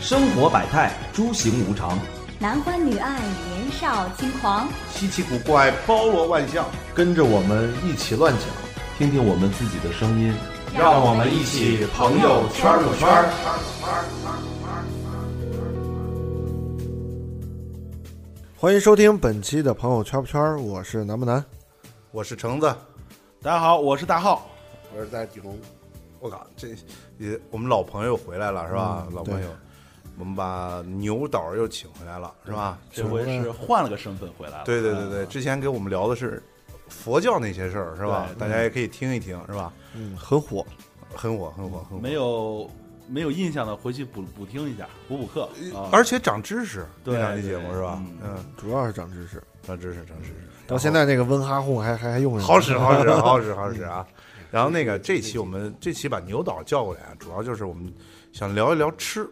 生活百态，诸行无常，男欢女爱，年少轻狂。稀奇古怪，包罗万象，跟着我们一起乱讲，听听我们自己的声音。让我们一起朋友圈儿圈儿。欢迎收听本期的朋友圈不圈儿，我是南不南。我是橙子，大家好，我是大浩。我是在底红，我靠，这也我们老朋友回来了是吧？嗯老朋友，我们把牛导又请回来了是吧？这回是换了个身份回来了。对对对对，嗯之前给我们聊的是佛教那些事儿是吧？对大家也可以听一听是吧？嗯，很火，很火很火很火，没有没有印象的，回去补补听一下，补补课。啊而且长知识，对那档期对节目是吧？嗯嗯，主要是长知识。长知识长知识，到现在这个温哈哄还还还用上，好使好 使好使好使啊！然后那个这期我们这期把牛导叫过来，啊，主要就是我们想聊一聊吃，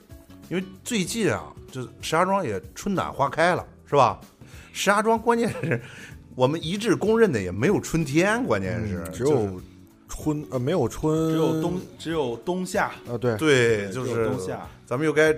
因为最近啊，就是石家庄也春暖花开了，是吧？石家庄关键是我们一致公认的也没有春天，关键是、嗯只就是有春呃没有春，只有冬只有冬夏，啊对，对，只就有是冬夏。咱们又该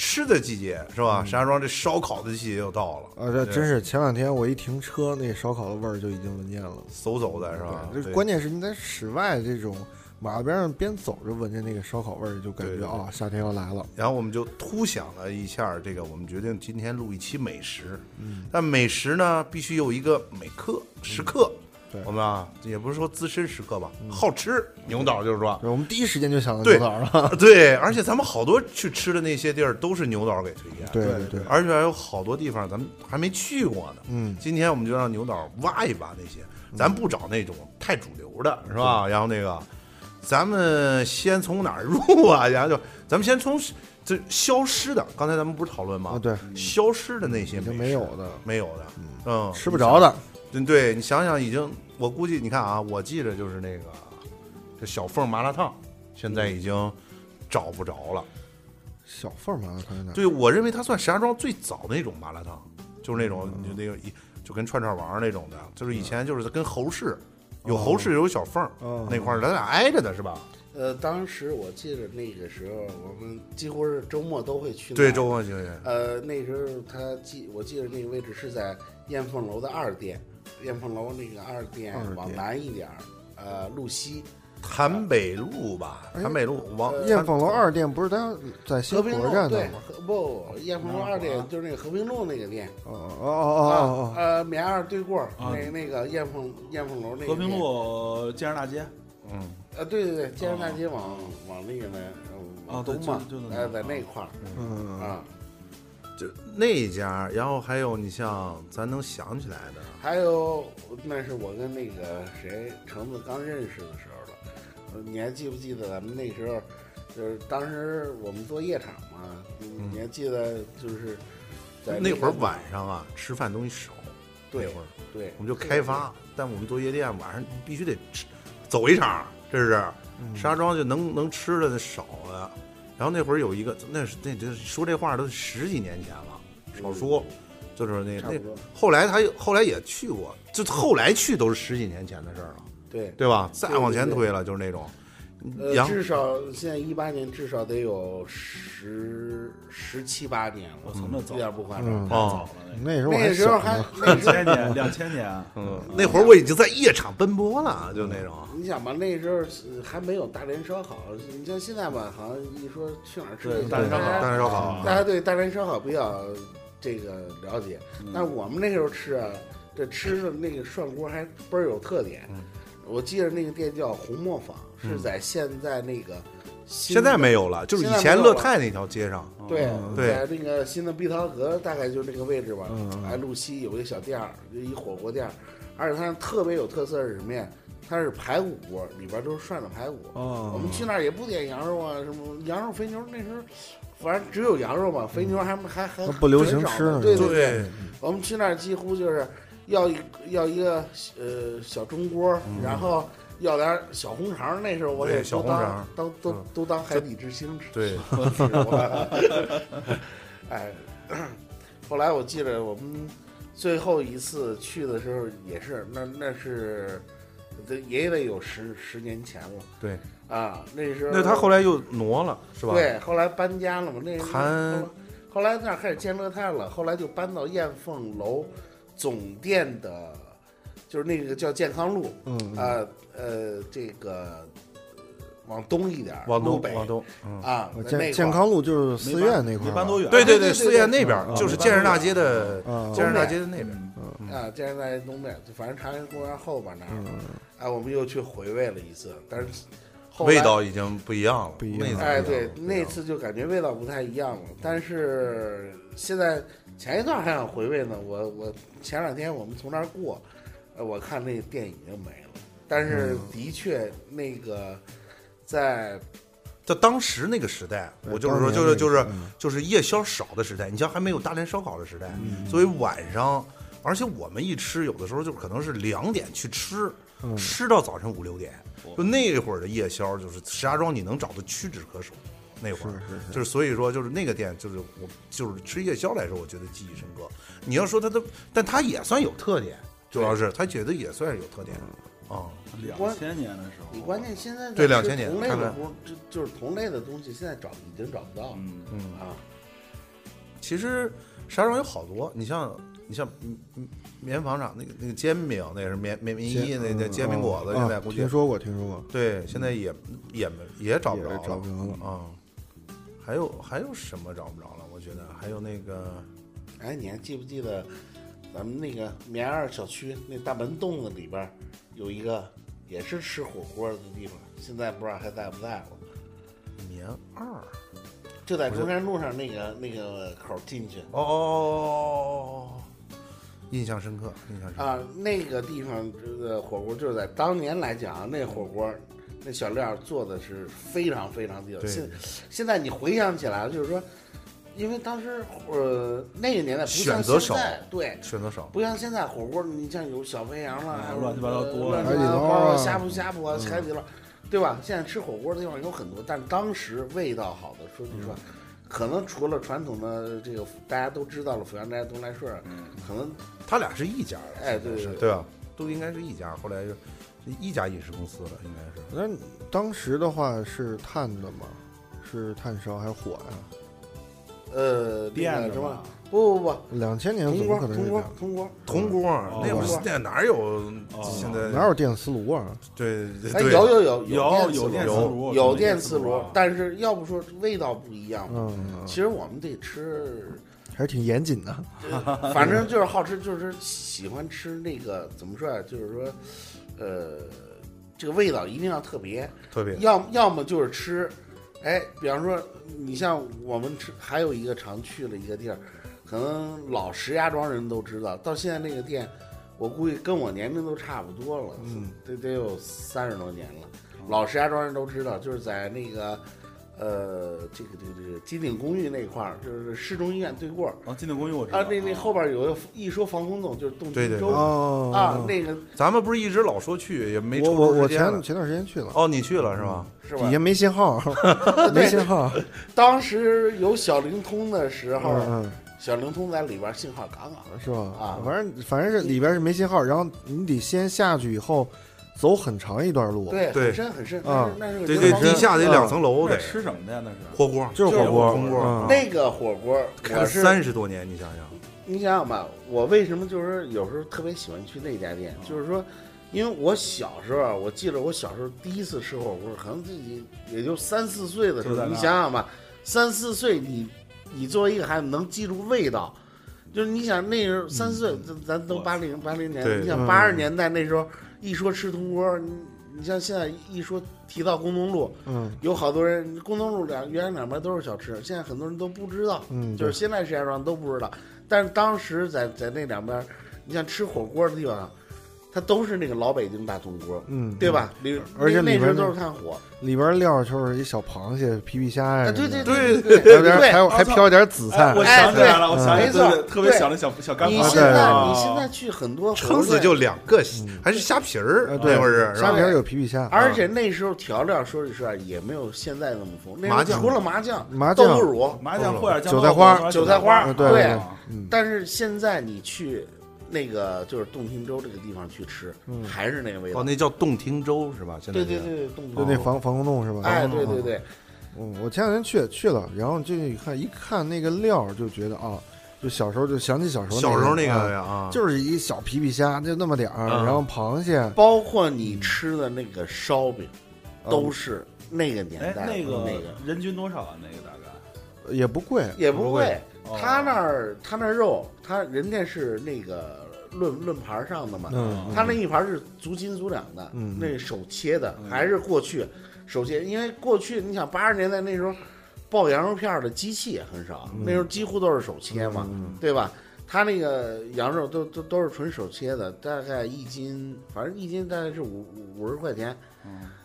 吃的季节是嗯吧？石家庄这烧烤的季节又到了，啊这真是前两天我一停车，那烧烤的味儿就已经闻见了。嗖嗖的是吧？对，这对关键是你在室外这种马路边上边走着闻着那个烧烤味儿，就感对觉对对啊夏天要来了。然后我们就突想了一下儿这个，我们决定今天录一期美食，嗯，但美食呢必须有一个美客食客，嗯对嗯我们啊也不是说资深食客吧，好 吃，牛导就是说，对，我们第一时间就想到对牛导了。对，而且咱们好多去吃的那些地儿都是牛导给推荐，对对对而且还有好多地方咱们还没去过呢，嗯今天我们就让牛导挖一挖那些，咱不找那种太主流的，嗯是吧？然后那个，咱们先从哪儿入啊？然后就咱们先从这消失的，刚才咱们不是讨论吗？啊对，消失的那些已经美没食有的没有的，嗯，吃不着的，对对，你想想，已经我估计，你看啊，我记着就是那个这小凤麻辣烫，现在嗯已经找不着了。小凤麻辣烫在哪儿？对，我认为它算石家庄最早那种麻辣烫，就是那种嗯就那个一就跟串串王儿那种的，就是以前就是跟侯氏，有侯氏有小凤儿哦那块儿，咱俩挨着的是吧？呃，当时我记得那个时候，我们几乎是周末都会去那儿。对，周文行行，呃，那时候他记，我记得那个位置是在燕凤楼的二店，燕凤楼那个二店二店往南一点儿，呃，路西潭北路吧，哎潭北路王燕凤楼二店不是它在新和火平车路站对的吗？，和不，燕凤楼二店就是那个和平路那个店。哦哦哦哦哦，呃，棉二对过儿啊那那个燕凤燕凤楼那个和平店路建设大街，啊，对对对，建设大街往往那个呢，呃往啊对东嘛就就，那啊哎，个在那块儿嗯，啊，就那家，然后还有你像咱能想起来的，还有那是我跟那个谁橙子刚认识的时候了，呃你还记不记得咱们那时候，就是当时我们做夜场嘛，你你还记得就是在那个会儿晚上啊，吃饭东西少，那对会儿对，我们就开发，但我们做夜店晚上必须得吃，走一场，这是嗯石家庄就能能吃的少了。然后那会儿有一个，那是那这说这话都十几年前了，少说，就是那嗯差不那多后来他又后来也去过，就后来去都是十几年前的事儿了，对对吧？再往前对推了就是那种，呃，然后至少现在一八年至少得有十十七八年了，我操那早一点不夸张。嗯太早了那那时 候我那还时候小还呢，那个。两千时年， 两千年，嗯，那会儿我已经在夜场奔波了，就那种。 你想吧，那时候是还没有大连烧烤，你像现在吧，好像一说去哪儿吃对去大连烧烤大家大连烧烤啊大家对大连烧烤比较这个了解。但我们那时候吃啊，这吃的那个涮锅还倍儿有特点。我记得那个店叫红磨坊，是在现在那个新现在没有了，就是以现在前没有乐了泰那条街上，对对在那个新的碧桃河大概就那个位置吧。嗯哎，路西有一个小店儿，就一火锅店儿，而且它特别有特色是什么呀？它是排骨锅，里边都是涮的排骨。哦我们去那儿也不点羊肉啊，什么羊肉、肥牛那时候，反正只有羊肉嘛，肥牛还还还嗯那不流行很少吃呢对对对，我们去那儿几乎就是要一要一个呃小中锅，嗯然后。要点儿小红肠儿，那时候我对也小都红肠儿当当都嗯都当海底 之星吃。对，我吃过。 哎， 后来我记得我们最后一次去的时候也是，那那是，这也得有十十年前了。对，啊，那时候那他后来又挪了，是吧？对，后来搬家了嘛，那谈后后来那儿开始建乐泰了，后来就搬到燕凤楼总店的，就是那个叫健康路，嗯啊呃这个呃往东一点儿，往路东北往东，嗯，啊，那那块健儿健康路就是寺院那块没搬儿吧，多远，啊对对对，对寺院对那边儿嗯就是嗯建设大街的嗯建设大街的那边儿，嗯啊，建设大街东面，就反正长安公园后边那儿，嗯哎，我们又去回味了一次，但是后来味道已经不一样了，不一样了那次哎，不一样对了，那次就感觉味道不太一样了。但是现在前一段还想回味呢，我我前两天我们从那儿过，呃，我看那个店已经没了。但是嗯的确，那个在在当时那个时代，对我就是说，当年就是那个就是嗯就是夜宵少的时代，你像还没有大连烧烤的时代，嗯所以晚上，而且我们一吃，有的时候就可能是两点去吃，嗯吃到早晨五六点，就那会儿的夜宵，就是石家庄你能找的屈指可数。那会儿是是是就是所以说就是那个店就是我就是吃夜宵来说，我觉得记忆深刻。你要说它的，但它也算有特点，主要是它觉得也算是有特点嗯啊。两千年的时候，你关键现在在对2000吃年同类看的看不就就是同类的东西，现在找已经找不到了嗯，嗯啊。其实石家庄有好多，你像你像嗯嗯棉纺厂那个那个煎饼，那也是棉棉棉衣煎那那嗯煎饼果子，啊现在啊估计听说过，听说过，对，现在也也没也找不着也找不着了啊。还有还有什么找不着了？我觉得还有那个哎，你还记不记得咱们那个棉二小区那大门洞子里边儿有一个也是吃火锅的地方？现在不知道还在不在了。棉二就在中山路上那个那个口儿进去哦哦哦哦，哦印象深刻，印象深刻。啊，那个地方的火锅就是在当年来讲啊，那火锅那小料做的是非常非常地道。对现现在你回想起来，就是说，因为当时呃那个年代不像选择现在少对，选择少，不像现在火锅，你像有小肥羊了，哎还有乱七八糟多乱了嗯七海八底捞糟啊呷哺呷哺啊，海底捞，对吧？现在吃火锅的地方有很多，但当时味道好的，说句实话，嗯可能除了传统的这个大家都知道了阜阳斋、东来顺儿，嗯可能他俩是一家的，哎对是对对对吧？都应该是一家，后来就一家饮食公司了，应该是。那当时的话是炭的吗？是炭烧还是火呀、呃电那的个什么嘛？不不不，两千年铜怎锅么可能铜是锅两？铜锅，铜锅儿哦啊那会铜锅儿儿那哪儿有现在哪有电磁炉啊？对对哎对有有有有有电电磁磁炉，炉有电磁炉，但是要不说味道不一样嘛，嗯，其实我们得吃。还是挺严谨的。反正就是好吃，就是喜欢吃那个怎么说啊？就是说，呃，这个味道一定要特别，特别要要么就是吃，哎，比方说你像我们吃，还有一个常去的一个地儿，可能老石家庄人都知道，到现在那个店，我估计跟我年龄都差不多了，嗯，得得有三十多年了，老石家庄人都知道，就是在那个。呃，这个这个这个金鼎公寓那块儿，就是市中医院对过儿，啊，金鼎公寓我知道啊，那那后边有个一说防空洞就是洞对对庭对洲哦啊，那个咱们不是一直老说去，也没抽我我出时我间前了前段时间去了，哦，你去了是吧？是底吧下？没信号，没信号。当时有小灵通的时候，嗯小灵通在里边信号杠杠嗯，是吧？啊反正反正是里边是没信号，然后你得先下去以后走很长一段的，路，对，对很深很深，啊那是那是对个对，防空地下得两层楼那得吃什么的呀？那是火锅，就是火锅火锅嗯嗯那个火锅，开我了是三十多年，你想想，你想想吧，我为什么就是有时候特别喜欢去那家店，就是说，因为我小时候啊，我记得我小时候第一次吃火锅，可能自己也就三四岁的时就在候，那你想想吧，三四岁你你作为一个孩子能记住味道，就是你想那时候三四岁，咱咱都嗯我八零八零对年，你嗯想八十年代那时候一说吃铜锅，你你像现在一说提到工农路，嗯有好多人工农路两原来两边都是小吃，现在很多人都不知道。嗯，就是对现在石家庄都不知道，但是当时在在那两边儿，你像吃火锅的地方，啊它都是那个老北京大铜锅，嗯对？吧？里而且里那那时边候那都是炭火，里边料就是一小螃蟹、皮皮虾啊呀，对什么对的对 对还啊有点还有我操还飘点紫菜哎，我想起来了，哎对我想起来没错对对特别对想那小小干你螃现蟹对在啊你现在去很多啊火锅撑死店就，两个，还是虾皮儿，呃对那会儿是虾吧皮？儿有皮皮虾，而且那时候调料说句实话也没有现在那么丰，那时候麻酱除了麻酱、麻豆酱嗯腐乳，麻酱或者啊韭菜花韭菜花儿儿对对嗯但是现在你去那个就是洞庭粥这个地方去吃，嗯还是那个味道。哦，那叫洞庭粥是吧？现在对这对个对，对，洞庭就粥那防防空洞是吧？哎，对对对，嗯，我前两天去去了，然后进去一看，一看那个料儿就觉得啊，就小时候就想起小时候小时候那啊个呀啊，就是一小皮皮虾，就那么点儿，嗯然后螃蟹包括你吃的那个烧饼，都是那个年嗯哎，代的那个那个人均多少啊？那个大概也不贵，也不贵不哦贵。他那儿他那儿肉，他人家是那个论论盘上的嘛，嗯，他那一盘是足斤足两的，嗯那手切的，嗯还是过去手切，因为过去你想八十年代那时候爆羊肉片儿的机器也很少，嗯那时候几乎都是手切嘛，对吧？他那个羊肉都都都是纯手切的，大概一斤，反正一斤大概是五五五十块钱，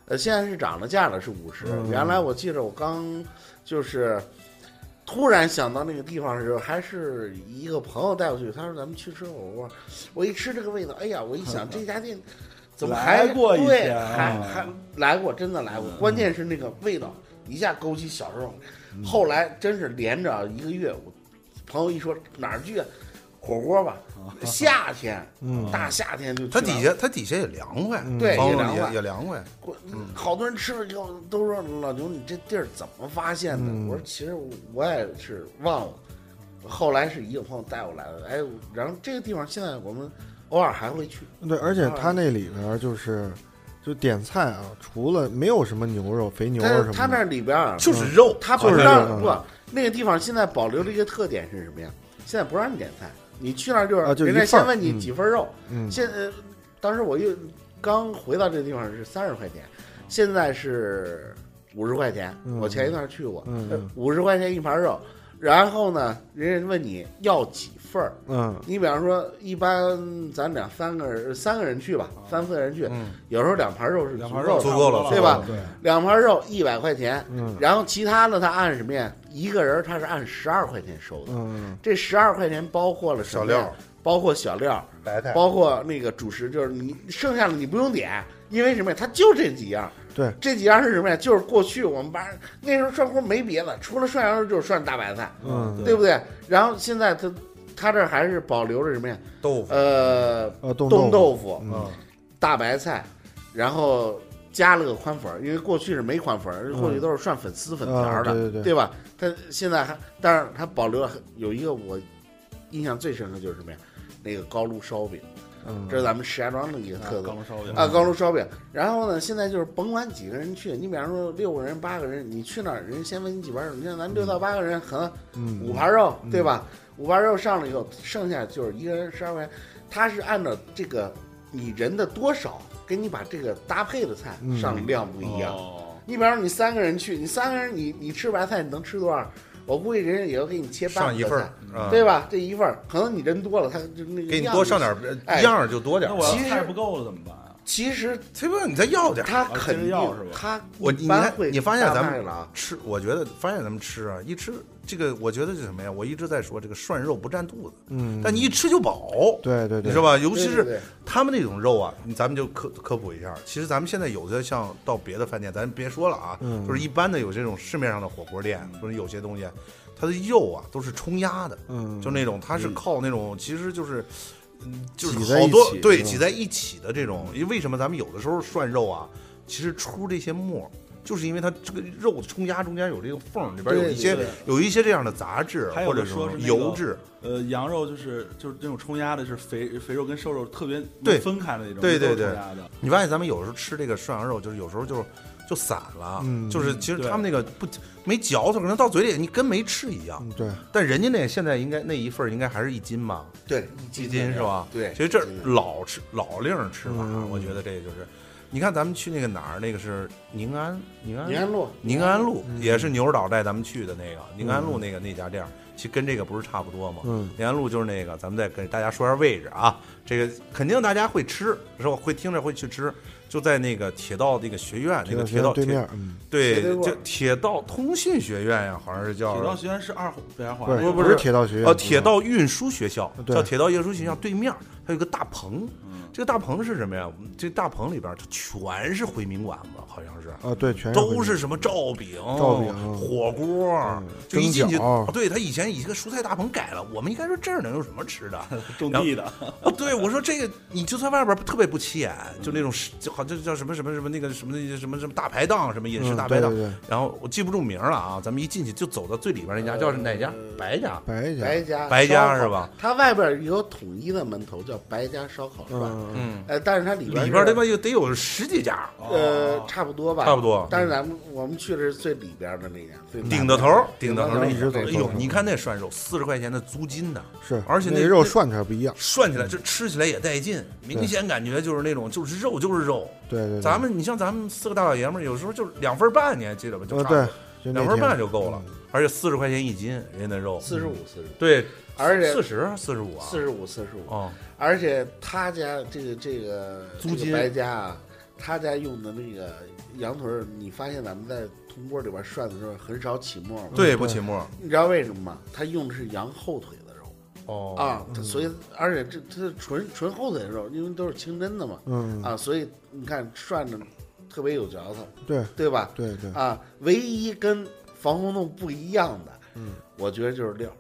呃，现在是涨了价了，是五十、原来我记着我刚就是突然想到那个地方的时候，还是一个朋友带我去，他说咱们去吃火锅，我一吃这个味道，哎呀，我一想这家店怎么还来过一对，家还嗯还来过，真的来过，关键是那个味道一下勾起小时候，后来真是连着一个月，我朋友一说哪儿去啊火锅吧，夏天，嗯大夏天就去它了底下它底下也凉快，对房也子凉快也凉快，我好多人吃了以后都说老牛，你这地儿怎么发现的？嗯我说其实我也是忘了，后来是一个朋友带我来的。哎，然后这个地方现在我们偶尔还会去，对，而且他那里边儿就是就点菜啊，除了没有什么牛肉、肥牛但肉什是他么的，那里边儿就是肉，他就不是嗯让这不那个地方现在保留了一个特点是什么呀？现在不让你点菜，你去那儿就啊是就一人家份儿先问你几份肉，嗯，现呃，当时我又刚回到这个地方是三十块钱，现在是五十块钱。嗯我前一段去过嗯嗯，五十、块钱一盘肉。然后呢，人家问你要几份儿？嗯你比方说，一般咱俩三个人，三个人去吧，三四个人去，嗯，有时候两盘肉是两足盘够肉足的，够了对吧对，两盘肉一百块钱。嗯然后其他的他按什么呀？一个人他是按十二块钱收的，嗯，这十二块钱包括了什么呀小料，包括小料，白菜包括那个主食，就是你剩下的你不用点，因为什么呀？它就这几样。对，这几样是什么呀？就是过去我们班那时候涮锅没别的，除了涮羊肉就是涮大白菜，嗯对不对？然后现在它它这儿还是保留着什么呀？豆腐，呃，呃，冻冻豆豆腐、嗯大白菜，然后加了个宽粉儿，因为过去是没宽粉儿，过去都是涮粉丝粉条儿的，嗯啊对对对吧？它现在还，但是它保留了很有一个我印象最深刻就是什么呀？那个高炉烧饼。嗯，这是咱们石家庄的一个特色嗯刚烧饼啊，高炉烧饼。然后呢，现在就是甭管几个人去，你比方说六个人、八个人，你去那儿，人家先问你几盘肉。你看咱们六到八个人，可能嗯五盘肉，对吧？嗯五盘肉上了以后，剩下就是一个人十二块钱，他是按照这个你人的多少，给你把这个搭配的菜嗯上量不一样。哦你比方说你三个人去，你三个人你你吃白菜你能吃多少？我估计人家也要给你切半上一份儿，啊对吧？这一份儿可能你人多了，他就那个给你样多子上点儿，哎一样儿就多点那儿。我其要实菜不够了怎么办啊？其实这不你再要点儿。他肯接着定要是吧他我一你般看会你发现咱搭配们了啊，吃，我觉得发现咱们吃啊，一吃这个，我觉得是什么呀？我一直在说这个涮肉不占肚子，嗯，但你一吃就饱。对对对，你知道吧？尤其对对是他们那种肉啊，咱们就科科普一下。其实咱们现在有的像到别的饭店，咱别说了啊，嗯就是一般的有这种市面上的火锅店，或者有些东西，啊它的肉啊都是冲压的，嗯就那种它是靠那种，其实就是。嗯，就是挤在一好多起对是吧挤在一起的这种，因为为什么咱们有的时候涮肉啊，其实出这些沫儿，就是因为它这个肉冲压中间有这个缝儿，里边有一些对对有一些这样的杂质还有或者的说是那油个脂，呃，羊肉就是就是那种冲压的，是肥肥肉跟瘦肉特别对能分开的那种，对都是对对冲压的。你发现咱们有时候吃这个涮羊肉，就是有时候就就散了，嗯就是其实对他们那个不没嚼头，可能到嘴里你跟没吃一样。嗯对，但人家那现在应该那一份儿应该还是一斤吧，对一斤是吧？对，其实这一斤老吃老令儿吃法嗯，我觉得这就是，你看咱们去那个哪儿，那个是宁安宁安宁安路，宁安路，也是牛指导带咱们去的那个宁安路那个那家店儿，其实跟这个不是差不多吗？嗯，宁安路就是那个，咱们再给大家说一下位置啊。这个肯定大家会吃，是吧？会听着会去吃。就在那个铁道那个学院，那个铁铁道道对铁面，嗯，对，斜对过叫铁道通信学院呀，好像是叫铁道学院是二环北二环不那是个，不不是铁道学院，呃铁道运输学校，嗯对叫铁道运输学校对面，它有一个大棚，这个大棚是什么呀？这大棚里边它全是回民馆子，好像是。啊，对，全都回民是什么照饼、照饼嗯火锅，就一进去啊蒸饺，对他以前以一个蔬菜大棚改了，我们应该说这儿能有什么吃 的？种地的，哦，对，我说这个你就在外边特别不起眼，就那种是就好像叫什么什么什么那个什么那些什么什么大排档，什么饮食嗯大排档对对对，然后我记不住名了啊，咱们一进去就走到最里边呃那家，叫是哪家？白家，白家，白家白家烧烤是吧？它外边有统一的门头叫白家烧烤是吧？嗯，嗯，呃，但是它里边里里边他妈有得有十几家，呃差不多吧，差不多但是咱们我们去的是最里边的那家，最南顶着头边的顶着头那一直哎走呦，你看那涮肉四十块钱的租金呢，是，而且那那肉那涮出来不一样，涮起来就吃起来也带劲，明显感觉就是那种就是肉就是肉。对对，对啊咱们你像咱们四个大老爷们儿，有时候就是两份半，你还记得吧？就呃差不多对，就那两份天嗯半就够了，而且四十块钱一斤，人家那肉四十五四十五。对，而且四十四十五啊，四十五，四十五，哦，而且他家这个这个租这个金白家啊，他家用的那个羊腿儿，你发现咱们在铜锅里边涮的时候很少起沫吗？对，嗯不起沫你知道为什么吗？他用的是羊后腿的肉、哦啊，它所以而且这它是纯纯后腿的肉，因为都是清真的嘛、嗯，啊，所以你看涮着特别有嚼头，对对吧？对对，啊，唯一跟防空洞不一样的，嗯，我觉得就是料儿，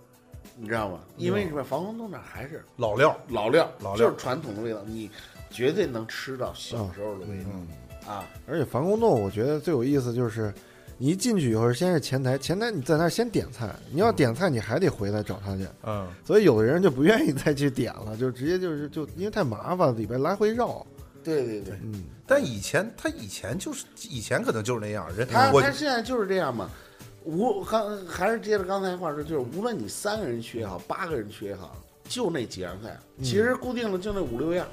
你知道吗？因为什么？防空洞那儿还是老料，老料儿，老料儿就是传统的味道，你绝对能吃到小时候的味道、啊。而且防空洞，我觉得最有意思就是，你一进去以后，先是前台，前台你在那儿先点菜，你要点菜，你还得回来找他去，嗯，所以有的人就不愿意再去点了，就直接就是就因为太麻烦，里边来回绕，对对对，嗯，但以前他以前就是以前可能就是那样，人他嗯我他现在就是这样嘛。无刚还是接着刚才话说，就是无论你三个人去也好，八个人去也好，就那几样菜，嗯其实固定了就那五六样，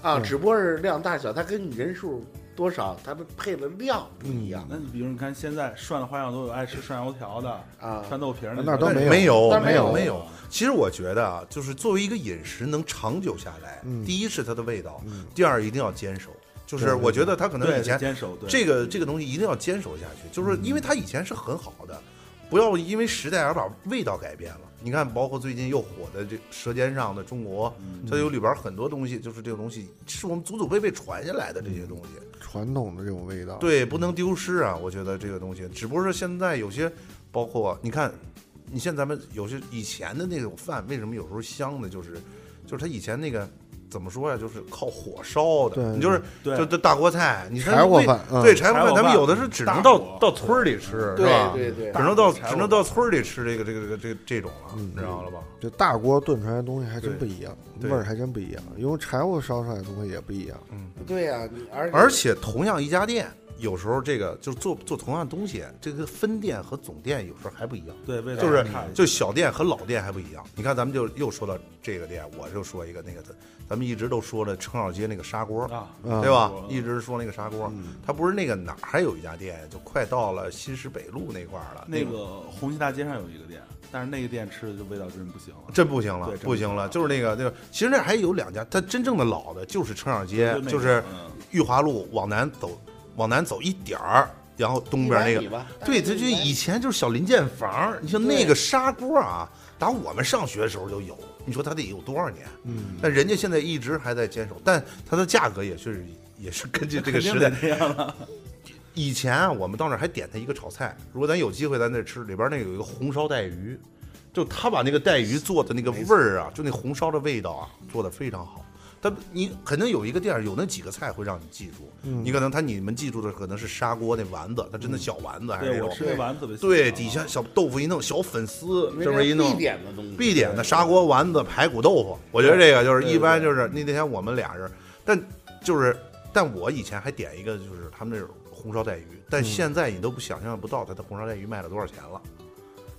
啊，只不过是量大小，它跟你人数多少，它的配的料不嗯一样、那你比如你看现在涮的花样都有，爱吃涮油条的，啊。涮豆皮儿的那都没有没有但没没有有没有。其实我觉得啊，就是作为一个饮食能长久下来，嗯第一是它的味道，第二一定要坚守。就是对我觉得他可能对以前坚守对这个这个东西一定要坚守下去，就是因为它以前是很好的，不要因为时代而把味道改变了。你看，包括最近又火的这《舌尖上的中国》，它有里边很多东西，就是这个东西是我们祖祖辈辈传下来的这些东西，传统的这种味道，，对，不能丢失啊。我觉得这个东西，只不过是现在有些，包括你看，你像咱们有些以前的那种饭，为什么有时候香呢？就是就是它以前那个。怎么说呀？就是靠火烧的，对你就是对就就大锅菜，你看柴火为饭嗯对柴火柴饭，火咱们饭有的是只能大到火到村儿里吃，是对吧？嗯对对只能到柴火只能到村儿里吃这个这个这个这个这种了，嗯你知道了吧？就大锅炖出来的东西还真不一样，对味对嗯儿还真不一样，因为柴火烧出来的东西也不一样，对呀、你而嗯而且同样一家店，有时候这个就是做做同样东西，这个分店和总店有时候还不一样。嗯对味道就是差一些就小店和老店还不一样。你看，咱们就又说到这个店，我就说一个那个，咱咱们一直都说了程咬街那个砂锅，啊，啊对吧？嗯一直说那个砂锅，它不是那个哪儿还有一家店，就快到了新市北路那块儿了，那个红旗大街上有一个店，但是那个店吃的就味道真不行了。真不行了对，真不不行行了，了就是那个那个，其实那还有两家，它真正的老的就是程咬街就，那个就是嗯裕华路往南走，往南走一点儿，然后东边那一百米个吧，对，大它概就一百米以前就是小林建房，你像那个砂锅啊，打我们上学的时候就有，你说它得有多少年？嗯，但人家现在一直还在坚守，但它的价格也是也是根据这个时代肯定得这样了，以前啊，我们到那儿还点它一个炒菜，如果咱有机会咱再吃，里边那有一个红烧带鱼，就他把那个带鱼做的那个味儿啊，就那红烧的味道啊，做的非常好。但你肯定有一个店儿有那几个菜会让你记住，嗯你可能他你们记住的可能是砂锅那丸子，它真的小丸子还是那对种我，吃那丸子特别喜欢啊对底下小豆腐一弄，小粉丝因为这么一是弄，必点的东西，必点的砂锅丸子、排骨豆腐，我觉得这个就是一般就是那那天我们俩人，但就是但我以前还点一个就是他们那种红烧带鱼，但现在你都不想象不到它的红烧带鱼卖了多少钱了。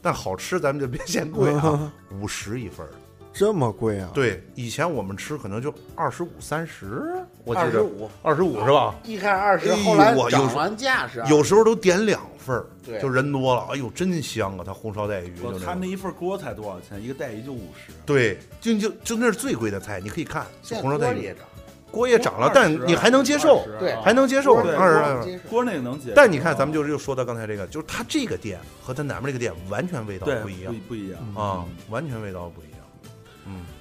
但好吃咱们就别嫌贵啊，五十一份儿。这么贵啊？，对，以前我们吃可能就二十五、三十，我记二十得五，二十五啊是吧？一开始二十哎，呦后来我有时涨候完价是有时候都点两份儿，对就人多了，哎呦，真香啊！它红烧带鱼就我那他种那一份锅才多少钱？一个带鱼就五十。对，就就就那是最贵的菜，你可以看现在红烧带锅鱼也涨，锅也涨了，但20你还能接受， 20对啊还能接受，锅对二十来能块。接受锅那个能接受。但你看，咱们就是又说到刚才这个，就是它这个店和它南面这个店完全味道对不一样不不一样啊，完全味道不一样。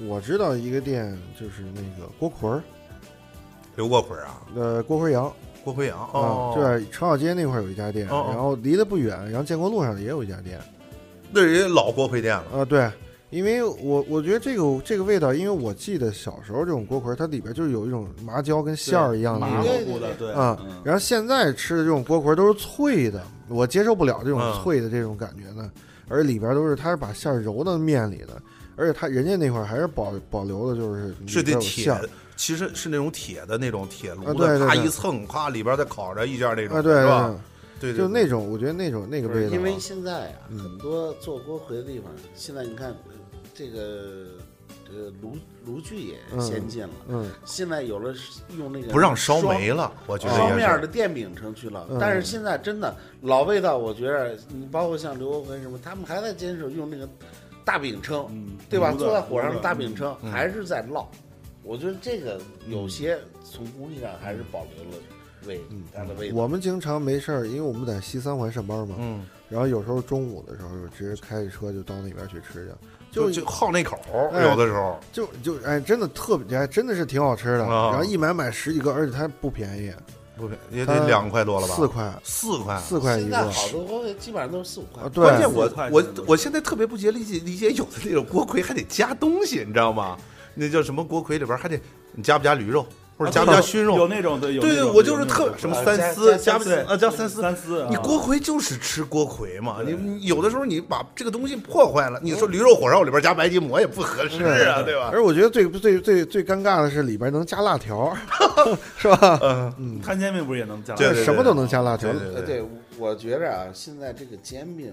我知道一个店就是那个锅盔儿，刘锅盔啊，呃，锅盔羊锅盔羊啊，哦，就是城小街那块儿有一家店，哦哦然后离得不远，然后建国路上也有一家店。那人家老锅盔店了，啊，对，因为我我觉得这个这个味道，因为我记得小时候这种锅盔儿，它里边就是有一种麻椒跟馅儿一样的麻那乎种乎的，对啊、嗯然后现在吃的这种锅盔儿都是脆的，我接受不了这种嗯脆的这种感觉呢，而里边都是它是把馅儿揉到面里的，而且它人家那块儿还是保保留的就是里是边得有铁馅儿。，其实是那种铁的那种铁啊炉对子，对咔对一蹭，咔里边再烤着一件那种，啊，对是对吧？对，对，对就那种，我觉得那种那个不是味道因为啊，现在啊，嗯很多做锅盔的地方，现在你看呃这个这个炉炉具也嗯先进了，嗯，现在有了用那个不让烧双煤了，我觉双得也面是。的电饼城区了嗯，但是现在真的老味道，我觉得你包括像刘国辉什么，他们还在坚守用那个大饼铛，嗯，对吧？炉子坐在火上炉的子大饼铛嗯还是在烙，我觉得这个有些从工艺上还是保留了味它的味嗯道。我们经常没事儿，因为我们在西三环上班嘛，嗯，然后有时候中午的时候就直接开着车就到那边去吃去，就就好那口儿，有的时候就就哎，真的特别，哎，真的是挺好吃的。啊然后一买买十几个，而且它不便宜，不便也它得两块多了吧？啊四块，四块，四块一现个在好多锅盔基本上都是四五块啊。，关键对，我四块钱我的我现在特别不解理解理解有的那种锅盔还得加东西，你知道吗？那叫什么锅盔里边还得你加不加驴肉，嗯或者加不加熏啊有肉？那种对有那对，种我就是有那种特什么啊三加丝加加三不丝啊加三丝。三丝啊，你锅盔就是吃锅盔嘛，你对你有的时候你把这个东西破坏了，你说驴肉火烧里边加白吉馍也不合适啊，对吧？而我觉得最最最最尴尬的是里边能加 辣条，是吧？嗯，摊煎饼不是也能加辣对椒？对对什么都能加辣条对。对呃，对，我觉着啊，现在这个煎饼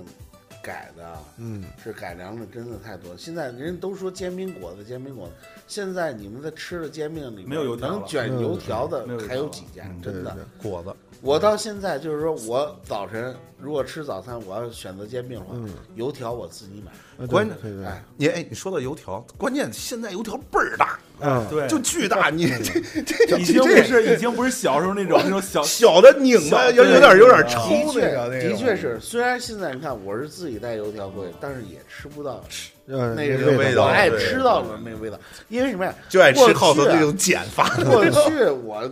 改的啊嗯，是改良的，真的太多。现在人都说煎饼果子，煎饼果子。现在你们在吃的煎饼里面没有油条了能卷油条的没有油条了还有几家？对真嗯对的，对，果子，我到现在就是说我早晨如果吃早餐，我要选择煎饼的话，嗯油条我自己买。啊关对对对，哎，你哎，你说到油条，关键现在油条倍儿大，嗯，对，就巨大，你这这这已经不是已经不是小时候那种那种小小的拧吧，小有有对点有点对抽的确那个，那的种确是，虽然现在你看我是自己带油条过去，但是也吃不到呃，那哎个味味道我爱对吃到了那味道，因为什么呀？就爱过吃去好多啊那种减法的过 去我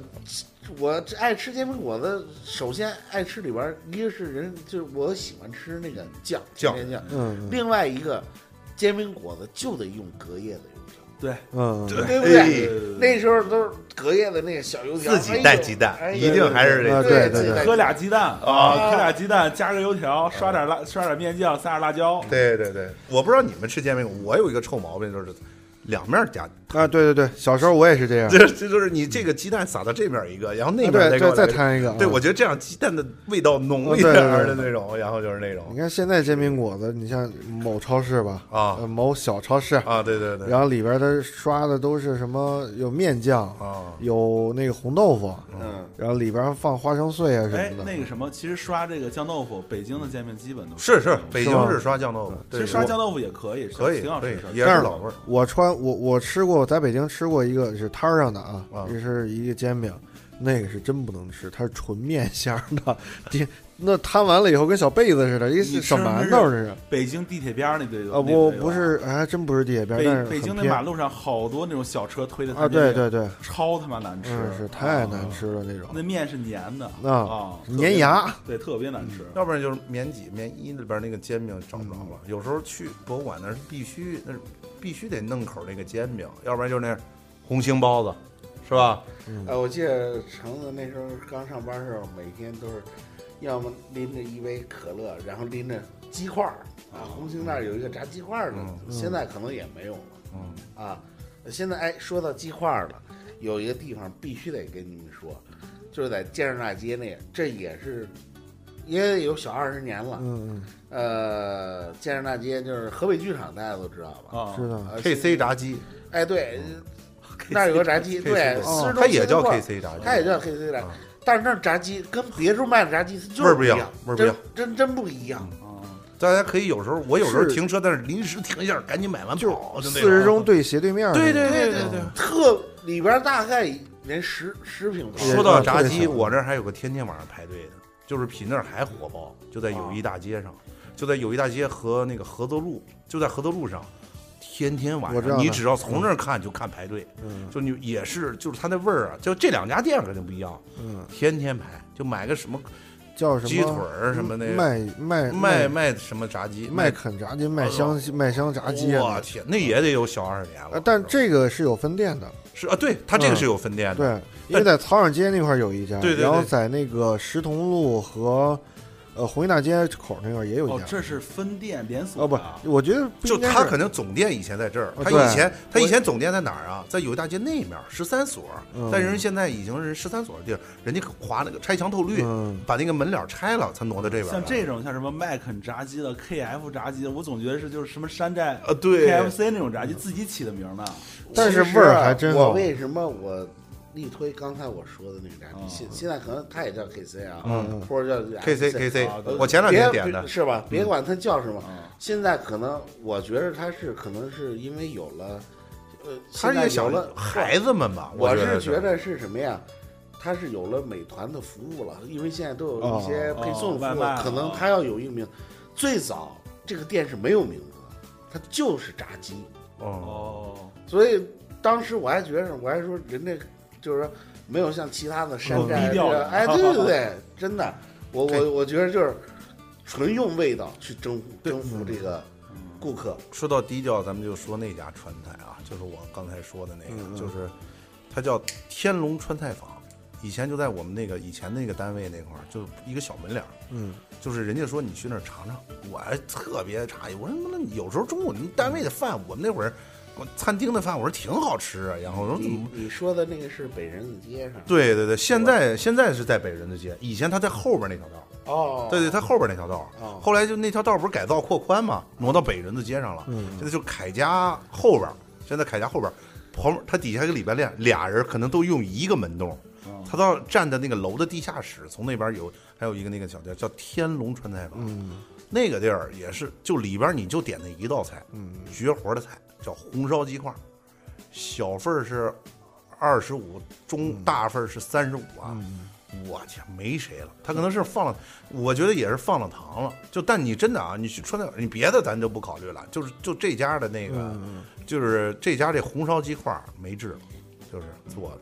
我这爱吃煎饼果子，首先爱吃里边儿，一个是人就是我喜欢吃那个酱酱甜面酱，嗯另外一个煎饼果子就得用隔夜的油条，对嗯，嗯对不哎对？那那时候都是隔夜的那个小油条，哎自己带鸡蛋一定还是得对啊对对对喝俩鸡蛋啊喝俩鸡蛋，加个油条，刷点辣，刷点面酱，撒点辣椒，对对对，我不知道你们吃煎饼，我有一个臭毛病就是两面加，啊，对对对，小时候我也是这样，这这就是你这个鸡蛋撒到这面一个，然后那啊面嗯对给我对，再来摊一个，对，嗯我觉得这样鸡蛋的味道浓 啊一点对对嗯儿对的那种，然后就是那种你看现在煎饼果子，你像某超市吧，啊呃某小超市，啊，对对对然后里边它刷的都是什么有面酱，啊，有那个红豆腐，嗯，然后里边儿放花生碎啊哎什么，的。那个什么，其实刷这个酱豆腐，北京的煎饼基本都是是，北是京吗是刷酱豆腐，其对实刷我酱豆腐也可以，可以挺好可吃以的，。也但是是老味儿，我穿我我吃过，在北京吃过一个是摊儿上的啊啊，也是一个煎饼，那个是真不能吃，它是纯面 馅儿的，你那摊完了以后跟小被子似的，一你吃小馒那头是似的。北京地铁边儿那边有啊，那不边有不是，还真不是地铁边儿，但是北很北京的偏马路上好多那种小车推的啊，对，对对，超他妈难吃嗯，，是太难啊。吃了那种。那面是粘的啊啊，特别粘牙，对，特别难吃。要不然就是棉几棉一里边那个煎饼找不着了。有时候去博物馆那是必须，那是必须得弄口那个煎饼，要不然就是那红星包子，是吧？呃，我记得橙子那时候刚上班的时候，每天都是要么拎着一杯可乐，然后拎着鸡块儿啊，哦红星那儿有一个炸鸡块儿的，现在可能也没有了。嗯，啊，现在哎，说到鸡块儿了，有一个地方必须得跟你们说，就是在建设大街那，这也是也有小二十年了。嗯呃，建设大街就是河北剧场，大家都知道吧？啊嗯，，是的，呃 K C 嗯炸鸡，哎，对，那儿有个炸鸡，对， KC 四十多嗯哦它也叫四十多 K C 炸鸡，它也叫 K C 炸啊，但是那儿炸鸡跟别处卖的炸鸡它就味是儿不一一样样，味儿不一真样真真不一样。啊大家可以有时候我有时候是停车，但是临时停一下，哦赶紧买完跑，就那四种十中对斜对面儿那对对种，对嗯对对，特里边大概连食食品对说到啊炸特别鸡，少我这儿还有个天天晚上排队的，就是比那儿还火爆，就在哦友谊大街上，就在友谊大街和那个合作路，就在合作路上，天天晚我知道上，你了只要从那儿看就看排队，嗯就你也是就是它那味儿啊，就这两家店肯定不一样，嗯，天天排，就买个什么叫什么鸡腿儿什么那个卖哎卖卖卖什么炸鸡，卖肯炸鸡，卖香麦香炸鸡啊我天，那也得有小二十年了啊。。但这个是有分店的，是啊，对，它这个嗯是有分店的，对，因为在草场街那块儿有一家，哎对对对然后在那个石铜路和呃红运大街口那块儿也有一哦家，。这是分店连锁哦不的啊，我觉得不就应该它是嗯可能总店以前在这儿，啊它对以前它以前总店在哪儿啊？在友谊大街那面十三所嗯，但人家现在已经是十三所的地儿，人家划那个拆墙透绿，嗯，把那个门脸拆了，才挪到这边来。像这种像什么麦肯炸鸡的、KF 炸鸡的，我总觉得是就是什么山寨啊，对， KFC 那种炸鸡自己起的名儿 呢。但是其实啊味儿还真我哦好为什么我力推刚才我说的那个炸鸡？现、哦现在可能它也叫 KC 啊，嗯或者叫 K C K 啊 C，对我前两别天点的，嗯是吧？别管它叫什么，啊，现在可能我觉得它是可能是因为有了，呃，他现是在有小了孩子们吧？我觉是得觉得是什么呀？它是有了美团的服务了，因为现在都有一些配送服哦哦外务，卖啊可能它要有一个名。最早这个店是没有名字的，它就是炸鸡，哦，哦，所以当时我还觉着，我还说人家就是说没有像其他的山哦寨，低这调个了哎，对对对，真的，我对我我觉得就是纯用味道去征服征服这个嗯顾客，说到低调，咱们就说那家川菜啊，就是我刚才说的那嗯嗯个，就是它叫天龙川菜坊，以前就在我们那个以前那个单位那块儿，就一个小门脸儿。嗯，就是人家说你去那儿尝尝，我还特别诧异，我说那你有时候中午你们单位的饭，我们那会儿我餐厅的饭，我说挺好吃啊，然后我说怎你么？嗯你说的那个是北人子街上，对对对，现在现在是在北人的街，以前他在后边那条道，哦，对对，他后边那条道，哦后来就那条道不是改造扩宽嘛，挪到北人的街上了，嗯现在就凯家后边，现在凯家后边旁边，他底下一个礼拜店，俩人可能都用一个门洞，哦嗯他到站在那个楼的地下室，从那边有还有一个那个小店叫天龙川菜坊，嗯那个地儿也是，就里边你就点那一道菜，嗯绝活的菜叫红烧鸡块儿，小份儿是二十五，中嗯大份儿是三十五啊。我去，没谁了，他可能是放了，我觉得也是放了糖了。就但你真的啊，你去川菜，你别的咱就不考虑了，就是就这家的那个，嗯就是这家这红烧鸡块儿没治了，就是做的，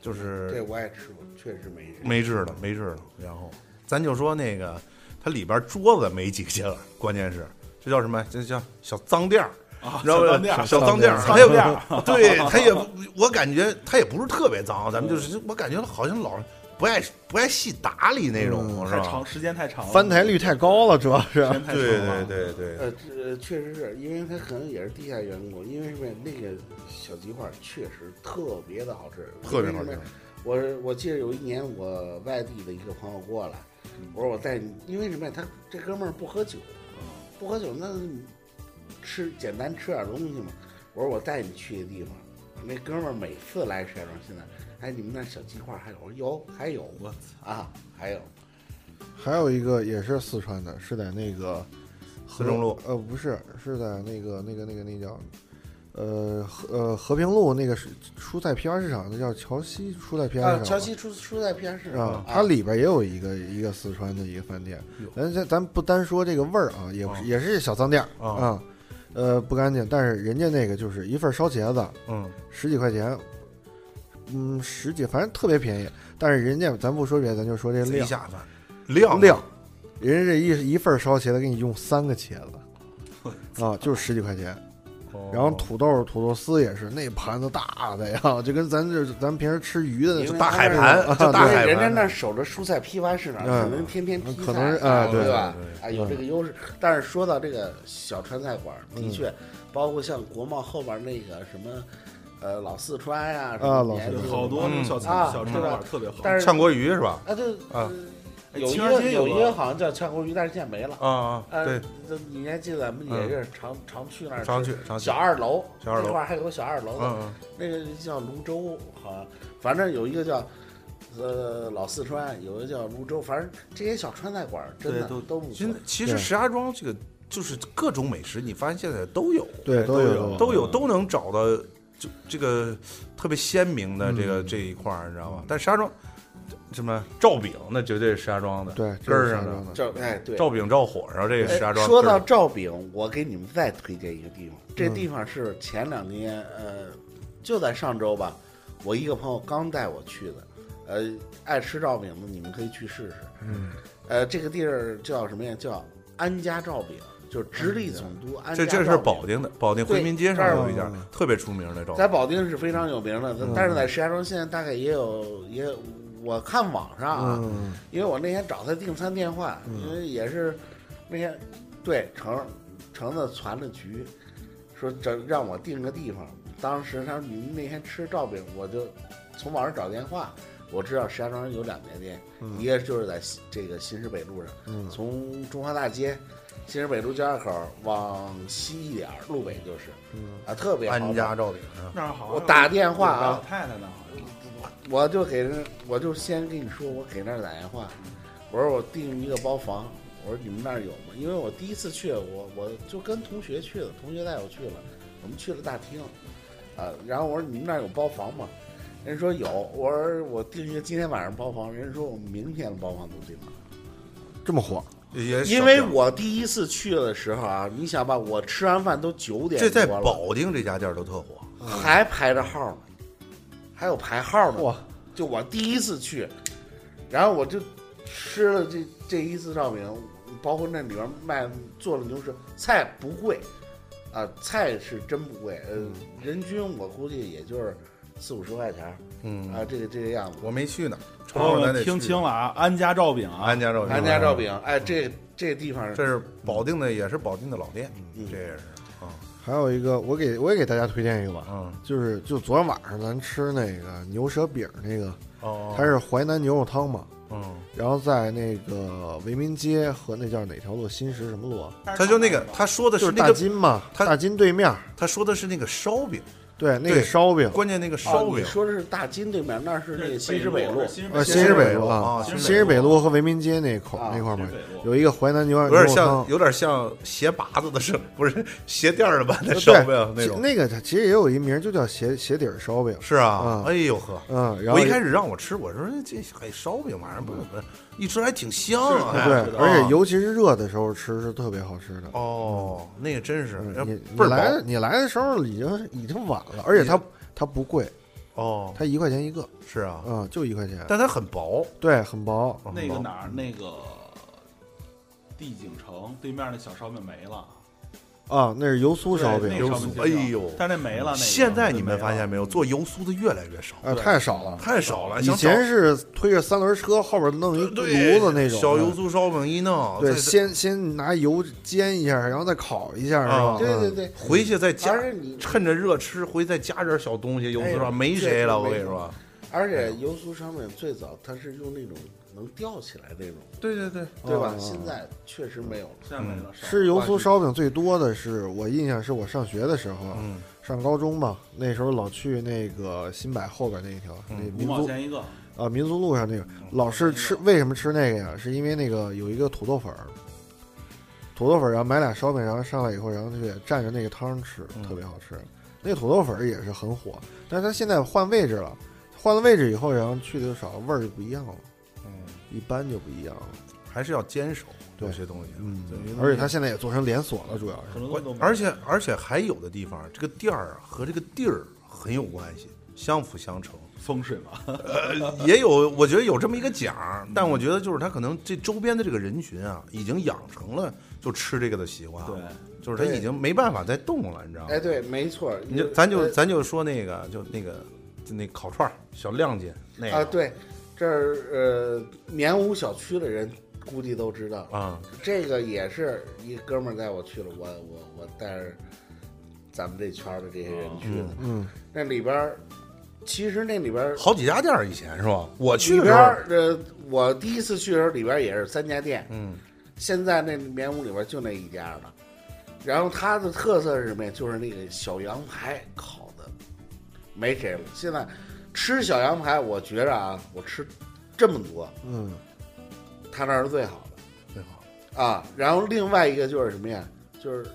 就这是我也吃过，确实没人。没治了，没治了。然后咱就说那个，它里边桌子没几个，关键是这叫什么？这叫小脏店儿。啊，然后小饭店儿小脏店儿，小还有店儿，对，他也不，我感觉他也不是特别脏，咱们就是我感觉好像老不爱不爱细打理那种，是 太嗯吧长？时间太长了，哦翻台率太高了，主要时是间太长对了对对对，呃，这呃确实是因为他可能也是地下员工，因为什么呀？那个小鸡块儿确实特别的好吃，特别好因为什吃么呀。我我记得有一年我外地的一个朋友过来，嗯我说我带你，因为什么呀？他这哥们儿不喝酒，不喝酒那你吃简单吃点东西嘛。我说我带你去的地方，那哥们儿每次来石家庄，现在哎你们那小鸡块儿还有？我说有，还有我操啊，还有还有一个也是四川的，是在那个四中路，呃，不是，是在那个那个那个那叫呃和呃和平路那个是蔬菜批发市场，那叫桥西蔬菜批发市啊，场吧。桥西出出在偏市啊，啊它里边也有一个一个四川的一个饭店，啊咱咱咱不单说这个味儿啊，也不是也是小脏店儿啊啊，呃不干净，但是人家那个就是一份烧茄子嗯，十几块钱，嗯十几反正特别便宜，但是人家咱不说别的，咱就说这贼量下饭，亮量，人家这一一份烧茄子给你用三个茄子，啊就是十几块钱，哦然后土豆土豆丝也是那盘子大的呀，就跟咱这咱平时吃鱼的那因为大海啊盘，就大因为海人家盘，那守着蔬菜批发市场，嗯可能天天批菜，可能是啊对对吧对？啊，有这个优势。但是说到这个小川菜馆，的确，包括像国贸后边那个什么，呃，老四川呀，什么啊老年四有川好多那嗯种小啊餐小餐馆儿特别好，但是炝锅鱼是吧？啊，对啊，呃有一情人个节有有一个个好像叫炝锅鱼，但是现在没了。啊啊，呃对，，嗯这你还记得咱们也是常常去那儿吃常去常去小，二楼，小二楼那块儿还有个小二楼呢，嗯那个叫泸州，好像反正有一个叫呃老四川，有一个叫泸州，反正这些小川菜馆儿真的对都都不嗯，错真的，。其实对石家庄这个就是各种美食，你发现现在都有，对都有有有都有都能找到。就这个特别鲜明的这个、这一块儿，你知道吗？但石家庄什么赵饼，那绝对是石家庄的，对，根儿上的的。赵哎对，赵饼、赵火烧，这嗯个石家庄。哎说到赵饼，我给你们再推荐一个地方，这地方是前两年，呃，就在上周吧，我一个朋友刚带我去的，呃，爱吃赵饼的你们可以去试试。嗯，呃，这个地儿叫什么呀？叫安家赵饼，就是直隶总督安家这赵饼。这是保定的，保定回民街上对有一家这儿特别出名的赵在饼，保定是非常有名的，但但是在石家庄现在大概也有也，我看网上啊，嗯，因为我那天找他订餐电话，因为也是那天对橙橙子传了局，说这让我订个地方。当时他说你们那天吃赵饼，我就从网上找电话，我知道石家庄有两家店，一个就是在西这个新市北路上，嗯从中华大街。新市北路交叉口往西一点儿，路北就是，啊，特别好安吃家赵饼啊。那儿好像我打电话啊有老太太呢，好像我就给人，我就先跟你说，我给那儿打电话，我说我订一个包房，我说你们那儿有吗？因为我第一次去，我我就跟同学去的，同学带我去了，我们去了大厅，啊，然后我说你们那儿有包房吗？人说有，我说我订一个今天晚上包房，人说我们明天的包房都订了。这么火，嗯也因为少不了我第一次去的时候啊，你想吧，我吃完饭都九点这在多了保定这家店儿都特火，还排着号呢，还有排号呢。哇！就我第一次去，然后我就吃了这这一次照明，包括那里边卖做了牛舌菜不贵，啊，菜是真不贵，呃，嗯人均我估计也就是四五十块钱儿嗯，啊，这个这个样子。我没去呢，瞅朋瞅友咱们得听去清了啊，安家赵饼啊安，家赵饼，安家照饼，哎，这这地方嗯这是保定的，也是保定的老店，嗯这也是啊，还有一个，我给我也给大家推荐一个吧，嗯，就是就昨天晚上咱吃那个牛舌饼儿那个，哦，它是淮南牛肉汤嘛，嗯，然后在那个维民街和那叫哪条路新石什么路啊，他就那个，他说的就是是那大个，金嘛，它大金对面儿，他说的是那个烧饼，对那个对烧饼，关键那个啊烧你饼，说的是大金对面，那是那个新市北路，新呃新新市北路啊，啊新新市市北北路路和维民街那口啊那块儿嘛新市北，路有一个淮南牛肉有点牛肉像汤有点像鞋拔子的是，不是鞋垫儿的吧？那呃烧对饼那其种，那个它其实也有一名儿就叫鞋鞋底儿烧饼，是啊，嗯哎呦呵。嗯，然我后一开始让我吃，我说哎这还烧饼玩意儿不怎么，一吃还挺香啊。是哎对是，的而且尤其是热的时候吃是特别好吃的。哦，那个真是嗯哎你倍你儿来薄的你来的时候已经已经晚了，而且它它不贵，哦，它一块钱一个，是啊，嗯，就一块钱，但它很薄，对，很薄。很那个薄哪儿那个地景城对面那小烧饼没了，啊，那是油酥烧对那个饼油烧饼酥街哎上呦但是那没了。那个现在你们发现没没有，做油酥的越来越少，啊，对太少了。太少了。以想前是推着三轮车，后边弄一找对炉子那种小的油，酥烧饼一弄，对，再先先拿油煎一下，然后再烤一下，是吧啊？对对嗯，对，回去再加而，且你趁着热吃，回去再加点小东西，油酥哎烧呦没这谁了。真我没跟你有说，而且油酥商品最早它是用那种能吊起来那种，对对对，对吧？哦现在确实没有了。有，现在没了。嗯少吃啊油酥烧饼最多的是我印象是我上学的时候，嗯，上高中嘛，那时候老去那个新百后边那一条，那嗯五民毛族钱一个，啊，民族路上那个，老是吃，为什么吃那个呀？是因为那个有一个土豆粉儿，土豆粉儿，然后买俩烧饼，然后上来以后，然后就也蘸着那个汤吃，嗯特别好吃。那个土豆粉儿也是很火，但是它现在换位置了，换了位置以后，然后去的就少，味儿就不一样了，嗯，一般就不一样了。还是要坚守对嗯有些东西，对而且它现在也做成连锁了，主要可是能关都没了而且而且还有的地方，这个店儿啊和这个地儿很有关系，相辅相成。风水嘛，呃也有，我觉得有这么一个奖儿，但我觉得就是他可能这周边的这个人群啊，已经养成了就吃这个的习惯，对，就是他已经没办法再动了，你知道吗？哎，对，哎没错，呃你就咱就咱就说那个，就那个，就那烤串儿小亮姐那呃个啊，对，这儿呃棉屋小区的人估计都知道，啊，这个也是一哥们儿带我去了，我我我带着咱们这圈儿的这些哦人去的，嗯，那里边儿其实那里边儿好几家店儿以前是吧？我去里的时边候，儿呃，我第一次去的时候里边儿也是三家店，嗯，现在那棉屋里边就那一家了。然后它的特色是什么呀？就是那个小羊排烤的，没谁了。现在吃小羊排，我觉着啊，我吃这么多，嗯，他那儿是最好对吧的啊。然后另外一个就是什么呀？就是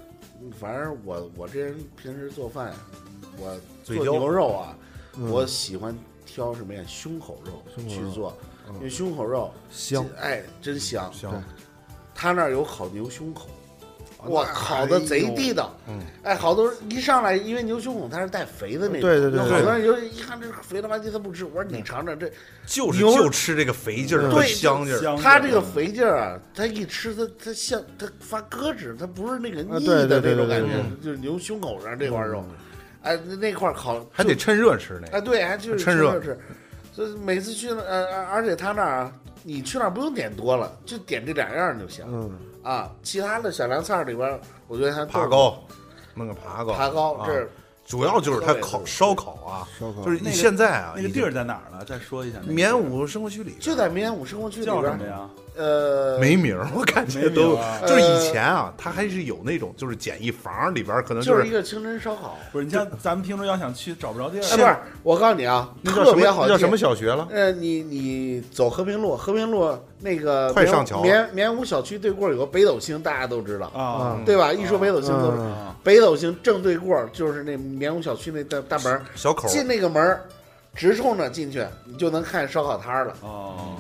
反正我我这人平时做饭，我嘴做刁牛肉啊，嗯我喜欢挑什么呀？胸口肉胸口去肉做，嗯因为胸口肉香，哎，真香。香，他那儿有烤牛胸口，哦哇，那烤的贼地道。嗯，哎，好多人一上来，因为牛胸口它是带肥的那种，对对对对有嗯好多人就一看这肥了吧唧，他不吃。我说你尝尝这，就是牛就吃这个肥劲儿和对香劲儿，香他的这个肥劲儿啊，他一吃它它像它发咯吱，它不是那个啊腻对的对对那种对感对觉，就是牛胸口上这块肉，哎，那那块儿烤嗯还得趁热吃那哎，个。对，还就是趁热吃吃，所以每次去那呃，而而且他那儿啊，你去那儿不用点多了，就点这两样儿就行、嗯，啊。其他的小凉菜儿里边儿，我觉得它爬豆高，弄个爬高，爬高啊这儿主要就是它对对烤对烧烤啊，烧烤就是那你个现在啊， 那个地儿在哪儿呢？再说一下那已个地经儿，绵武生活区里就在绵阳五生活区里叫边什么儿，呀？呃，没名儿，我感觉没名儿都啊就是以前啊，它还是有那种就是简易房里边儿可能就就是一个清真烧烤。不是，你像咱们听众要想去找不着地哎，不儿，是，我告诉你啊，那叫特什别么好那叫什么记？小学了？呃，你你走和平路，和平路那个快棉上桥棉棉五小区对过有个北斗星，大家都知道，啊嗯对吧？一说北斗星都知道。嗯啊，北斗星正对过儿就是那棉屋小区那大大门儿，小口儿进那个门儿，直冲着进去，你就能看烧烤摊儿了。哦，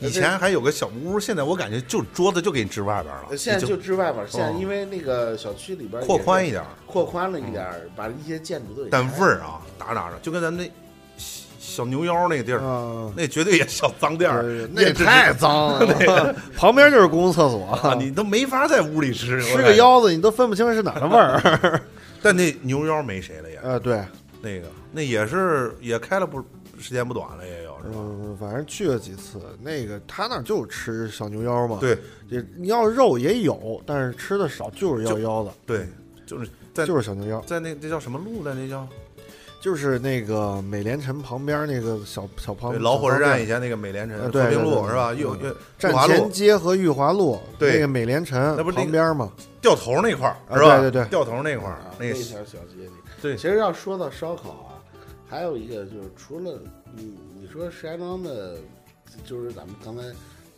以前还有个小木屋，现在我感觉就桌子就给你支外边儿了，呃现在你就支外边儿，现在啊哦因为那个小区里边儿扩也是宽一点儿，嗯扩宽了一点儿，把一些建筑都给但拆味了儿啊，打哪儿的，就跟咱们那小小牛腰那个地儿，啊，那绝对也小脏店儿对，也那只是太脏了，旁边就是公共厕啊，所，你都没法在屋里吃，吃我感个觉。腰子你都分不清是哪儿的味 儿。但那牛腰没谁了也，呃，对，那个那也是也开了不时间不短了，也有是吧？嗯，反正去了几次，那个他那儿就吃小牛腰嘛，，对也你要肉也有，但是吃的少，就是要就腰子，对，就是在就是小牛腰，在那那叫什么路来？那叫啊就是那个美联城旁边那个小小旁对老火车小旁站边以前那个美联城呃对和平对路对是吧？嗯对又对又站华前路街和裕华路对那个美联城那不是那个旁边嘛，掉头那块儿啊是吧？对对对掉头那块儿啊，那那个条小街里。对其实要说到烧烤啊，还有一个就是除了你你说石家庄的，就是咱们刚才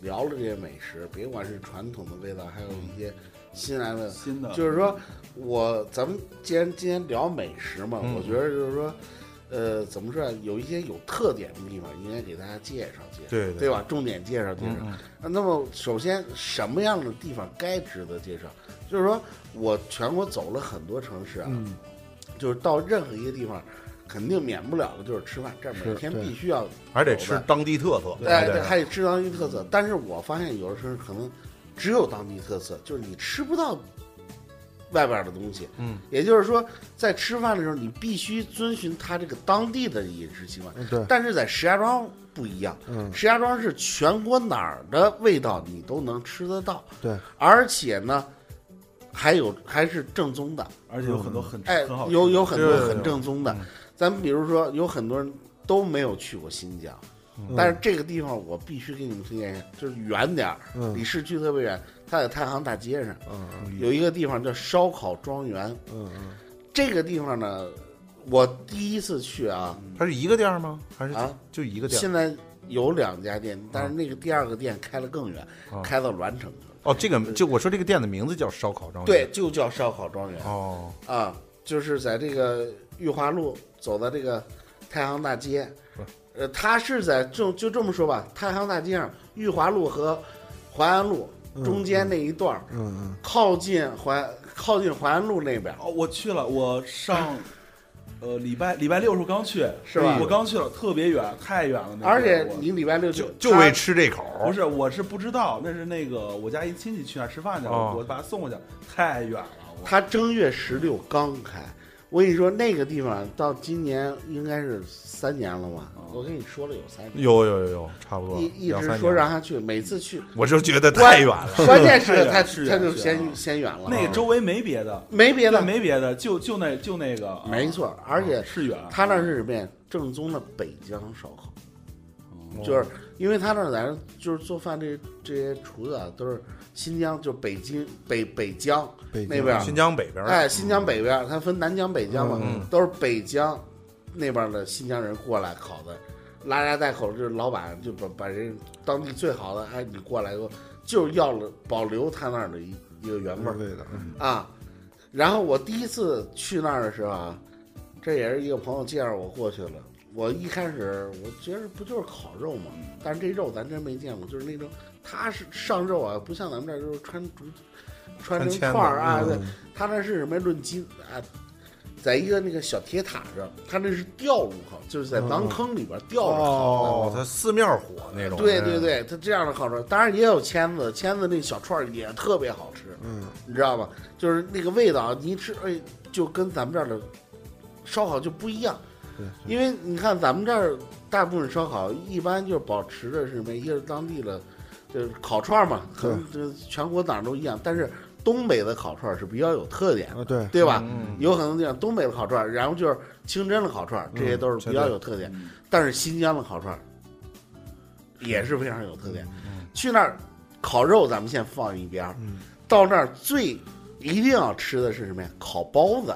聊了这些美食，别管是传统的味道，还有一些新来的新的就是说我咱们既然今天聊美食嘛，嗯我觉得就是说，呃，怎么说啊，有一些有特点的地方，应该给大家介绍介绍，对对嗯对吧？重点介绍介绍。那么首先什么样的地方该值得介绍？就是说我全国走了很多城市啊，嗯，就是到任何一个地方。肯定免不了的就是吃饭，这每是天对必须要，还得吃当地特色，哎，对对，还得吃当地特色。但是我发现有的城市可能只有当地特色，就是你吃不到外边的东西。嗯，也就是说，在吃饭的时候，你必须遵循它这个当地的饮食习惯。嗯对，但是在石家庄不一样，嗯石家庄是全国哪儿的味道你都能吃得到，对，而且呢，还有还是正宗的，而且有很多很哎很好，吃有有很多对对对很正宗的嗯。咱们比如说，有很多人都没有去过新疆，嗯但是这个地方我必须给你们推荐一下，就是远点儿，嗯离市区特别远，它在太行大街上嗯有一个地方叫烧烤庄园，嗯嗯，这个地方呢，我第一次去啊它是一个店儿吗？还是啊，就一个嗯店儿？嗯现在有两家店，但是那个第二个店开了更远，啊开到栾城去了。哦，这个就我说这个店的名字叫烧烤庄园。对，，就叫烧烤庄园哦，啊，就是在这个裕华路走到这个太行大街不，呃，它是在就就这么说吧，太行大街上裕华路和淮安路中间那一段儿，嗯嗯，靠近淮靠近淮安路那边儿，哦，我去了，我上。呃，礼拜礼拜六时候刚去，是吧我刚去了，特别远，太远了。那个而且我你礼拜六去就就为它吃这口儿，不是，我是不知道，那是那个我家一亲戚去那儿吃饭去了，哦我把他送过去，太远了。我它正月十六刚开。我跟你说，那个地方啊到今年应该是三年了吧？我跟你说了有三年，有有有有，差不多一一两直哦三说年让他去，每次去，我就觉得太远了。关键是太远他是他远就是先远先远了，啊那个周围没别的，没别的对，没别的，就就那就那个，啊没错，而且是啊远。嗯他那是什么呀？正宗的北疆烧烤，就是因为他那儿在那儿就是做饭这这些厨子啊，都是新疆，就北京北北疆北那边儿，新疆北边儿，哎，新疆北边儿，它分南疆、北疆嘛，嗯嗯都是北疆那边儿的新疆人过来烤的，拉家带口，就是老板就把把人当地最好的，哎，你过来以后就是要了保留他那儿的一一个原味儿味道，啊。然后我第一次去那儿的时候啊，这也是一个朋友介绍我过去了。我一开始我觉得不就是烤肉嘛，但是这肉咱真没见过，就是那种它是上肉啊，不像咱们这儿就是穿竹穿穿成签串子儿啊，嗯对，他那是什么论斤啊？在一个那个小铁塔上，他那是吊路烤，就是在嗯馕坑里边吊着烤的。哦，它四面火那种。嗯对对，对，它这样的好吃，当然也有签子，签子那小串儿也特别好吃，嗯，你知道吧？就是那个味道，你一吃，哎，就跟咱们这儿的烧烤就不一样。对，因为你看咱们这儿大部分烧烤一般就是保持的是什么，一个是当地的，就是烤串儿嘛，可能就是全国哪儿都一样，但是东北的烤串儿是比较有特点的，啊对，对吧？嗯有很多地方东北的烤串儿，然后就是清真的烤串儿，这些都是比较有特点。嗯但是新疆的烤串儿也是非常有特点。嗯去那儿烤肉咱们先放一边儿，到那儿最一定要吃的是什么呀？烤包子。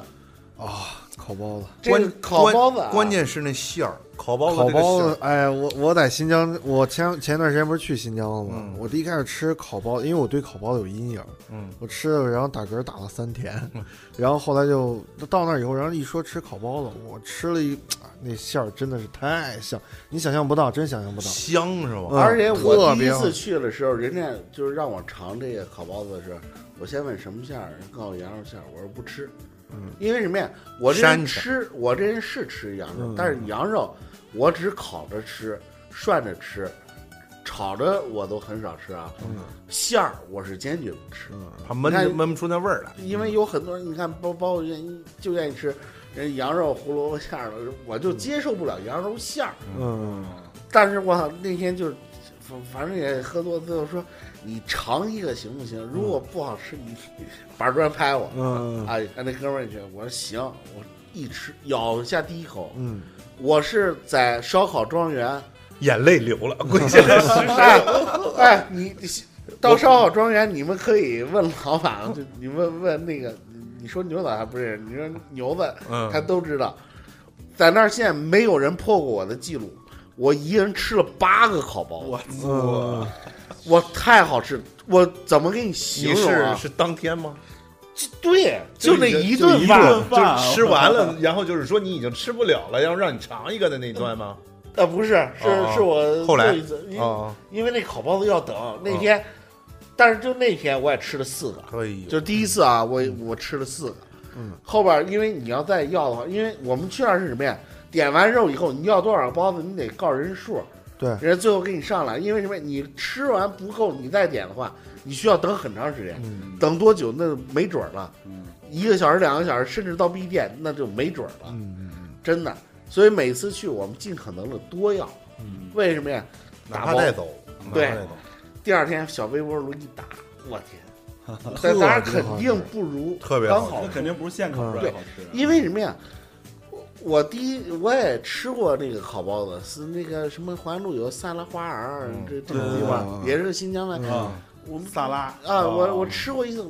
啊，烤包子，这个关烤包子、啊关关键是那馅儿，烤包子烤这个包馅子儿，，哎，我我在新疆，我前前段时间不是去新疆了吗嗯？我第一开始吃烤包子，因为我对烤包子有阴影，嗯，我吃了，然后打嗝打了三天，然后后来就到那儿以后，然后一说吃烤包子，我吃了一啊那馅儿真的是太香，你想象不到，真想象不到。香是吧？嗯而且我特第一别次去的时候，人家就是让我尝这个烤包子的时候，我先问什么馅儿，人告诉我羊肉馅儿，我说不吃，嗯，因为什么呀？我这人膻气吃，我这人是吃羊肉，嗯但是羊肉我只烤着吃，涮着吃，炒着我都很少吃啊，嗯馅儿我是坚决不吃，嗯，它闷你着看闷不出那味儿来。因为有很多人你看包包愿意就愿意吃人羊肉胡萝卜馅儿的，我就接受不了羊肉馅儿。嗯，但是我那天就是，反反正也喝多，最后说你尝一个行不行？如果不好吃，你板砖拍我。嗯哎，那哥们儿去，我说行，我一吃咬下第一口，嗯，我是在烧烤庄园，眼泪流了，跪下 来吃哎哎，你你到烧烤庄园，你们可以问老嗯板，就你问问那个，你说牛仔还不认识，你说牛子嗯他都知道，在那儿现在没有人破过我的记录，我一人吃了八个烤包子。我嗯操！我太好吃，我怎么给你形你容是啊？是当天吗？对，就那一就顿饭，啊顿饭就是吃完了，然后就是说你已经吃不了了，要让你尝一个的那一顿吗？呃，不是，哦是哦是我后来又一次因啊，因为那烤包子要等那天，但是就那天我也吃了四个，可以，就是第一次啊，我我吃了四个，嗯，后边因为你要再要的话，因为我们去那儿是什么呀？点完肉以后，你要多少个包子，你得告诉人数，对人家最后给你上来，因为什么？你吃完不够，你再点的话，你需要等很长时间，嗯等多久那没准儿了，嗯一个小时、两个小时，甚至到闭店，那就没准儿了，嗯嗯真的。所以每次去，我们尽可能的多要，嗯，为什么呀？哪打怕包带走，嗯哪怕对带走第二天小微波炉一打，我 天，特但别当好然肯定不如特别刚好好嗯那肯定不是现烤出来好吃。啊因为什么呀？我我第一我也吃过那个烤包子，是那个什么环路有萨拉花儿，嗯这这种地嗯嗯方嗯也是新疆的。啊，我们萨拉啊，我哦我吃过一次，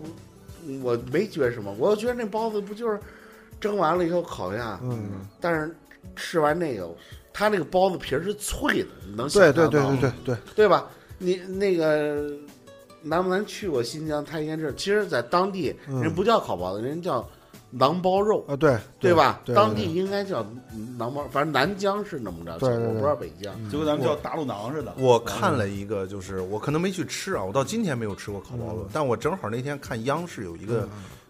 我没觉得什么，我觉得那包子不就是蒸完了以后烤一下，嗯，但是吃完那个，它那个包子皮儿是脆的，你能想对象对对到对吗对对，对吧？你那个难不难去过新疆太原这？其实，在当地嗯人不叫烤包子，人叫馕包肉，啊对对吧？对当地应该叫馕包，反正南疆是那么着，对对对嗯我不知道北疆。就跟咱们叫打卤囊似的。我看了一个，就是我可能没去吃啊，我到今天没有吃过烤包子，嗯但我正好那天看央视有一个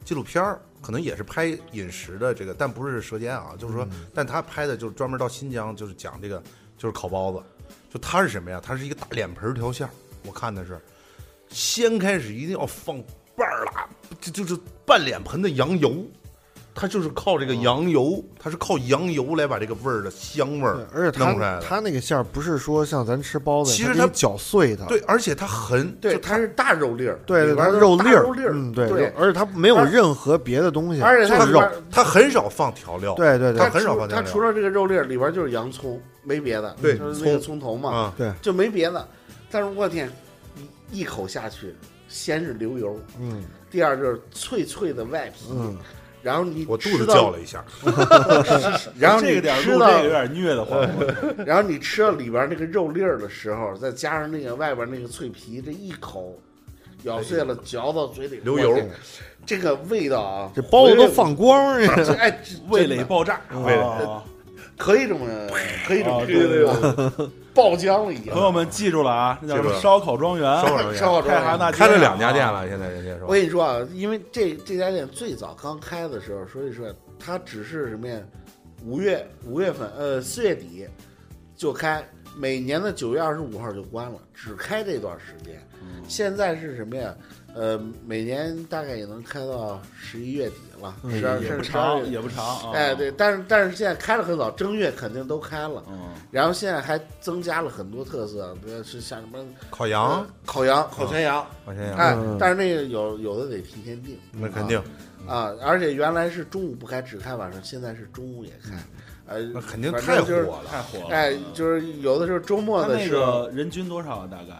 纪录片儿，可能也是拍饮食的这个，但不是舌尖啊，就是说，嗯但他拍的就是专门到新疆，就是讲这个就是烤包子，就它是什么呀？它是一个大脸盆儿调馅儿，我看的是，先开始一定要放半儿拉，就就是半脸盆的羊油。它就是靠这个羊油，它是靠羊油来把这个味儿的香味嗯对儿，而且弄出来它的。它那个馅儿不是说像咱吃包子，其实它它给你搅碎的，对，而且它很对，就它是大肉粒儿，对对，里边它儿都是肉大粒儿肉粒儿，嗯对，对肉，而且它没有而任何别的东西，而且它就是里肉边，儿他很少放调料，嗯对对它对很少除放它酱料除了这个肉粒儿，里边儿就是洋葱，没别的，对就是那个葱葱头嘛，啊，对，就没别的。但是我天，一一口下去，先是流油，嗯第二就是脆脆的外皮，嗯，然后你我肚子吃到叫了一下，然后这你个点儿吃录这个有到，点虐 得慌。然后你吃到里边那个肉粒儿的时候，再加上那个外边那个脆皮，这一口咬碎了嚼到嘴里流油哇这个味道啊，这包子回味都放 光这这个 哎，这味真蕾的爆炸，味蕾啊可以这么，可以这么啊吹，对对爆浆了已经。 朋友们记住了啊，那叫什么记住了烧烤庄园，烧烤庄园 烧烤太行庄大园。街开了两家店了，现在人家我说跟你说啊，因为这这家店最早刚开的时候，所以说它只是什么呀？五月五月份，呃，四月底就开，每年的九月二十五号就关了，只开这段时间。嗯现在是什么呀？呃，每年大概也能开到十一月底了，十二嗯也甚不至十二长，月。也不长啊。哎，对，，但是但是现在开了很早，正月肯定都开了。嗯，然后现在还增加了很多特色，比如是像什么烤羊呃，烤羊、烤全羊，烤全羊，哎嗯，但是那个有有的得提前订，嗯那肯定，啊，啊而且原来是中午不开，只开晚上，现在是中午也开，呃，那肯定反太正火就是，了。太火了。哎，嗯就是有的时候周末它的那时候，个人均多少啊？大概，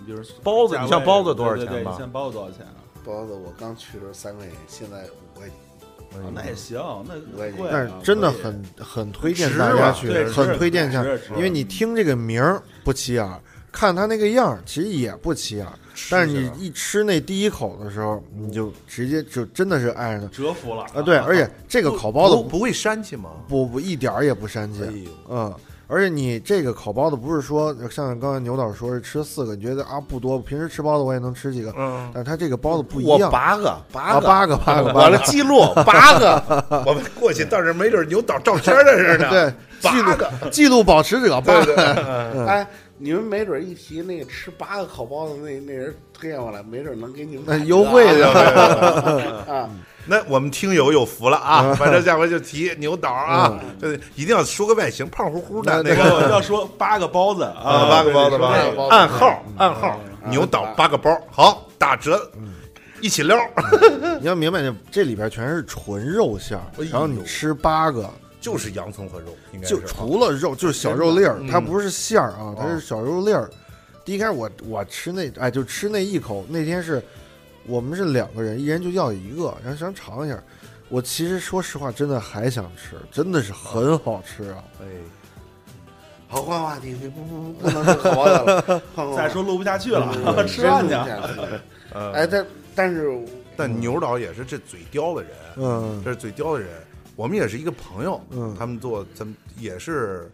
你就是包子价位你像包子多少对对钱对吧你像包子多少钱啊？包子我刚去的时候三块钱，现在五块钱，哎嗯啊那也行，那我也贵啊，但是真的可以很很推值荐大家啊去对，很值推荐一下值值，因为你听这个名儿不起眼儿，看他那个样儿其实也不起眼儿，但是你一吃那第一口的时候，你就直接就真的是爱上折服了它啊！对，而且这个烤包不子不会膻气吗？不不一点儿也不膻气哎，呦，嗯，而且你这个烤包子不是说像刚才牛导说是吃四个，你觉得啊不多，平时吃包子我也能吃几个，嗯但是它这个包子不一我样，八个啊八个，八个八个我八的个，记录八个，我们过去到时候没准牛导照片的似的。对，记录记录保持者八个，嗯哎，你们没准一提那个吃八个烤包子那那人推荐我来，没准能给 你们那打折优惠啊的啊，那我们听友有福了啊！反正下回就提牛导啊，就是一定要说个外形，胖乎乎的 那那个个要说八个包子啊，啊，八个包子呃对吧对对，暗号嗯暗号，牛导八个包，好打折，一起撩，你要明白，这这里边全是纯肉馅儿哎呦，然后你吃八个， 就是洋葱和肉，应该就是除了肉就是小肉粒儿嗯，它不是馅儿啊，哦它是小肉粒儿。第一开始我我吃那哎就吃那一口，那天是我们是两个人，一人就要一个，然后想尝一下。我其实说实话，真的还想吃，真的是哦很好吃啊！哎，好，换话题，不不不，不能说好包子了，换换话哎再说录不下去了， 吃饭饭去。啊嗯哎，但但是我但牛导也是这嘴刁的人，嗯这是嘴刁的人。我们也是一个朋友，嗯他们做咱们也是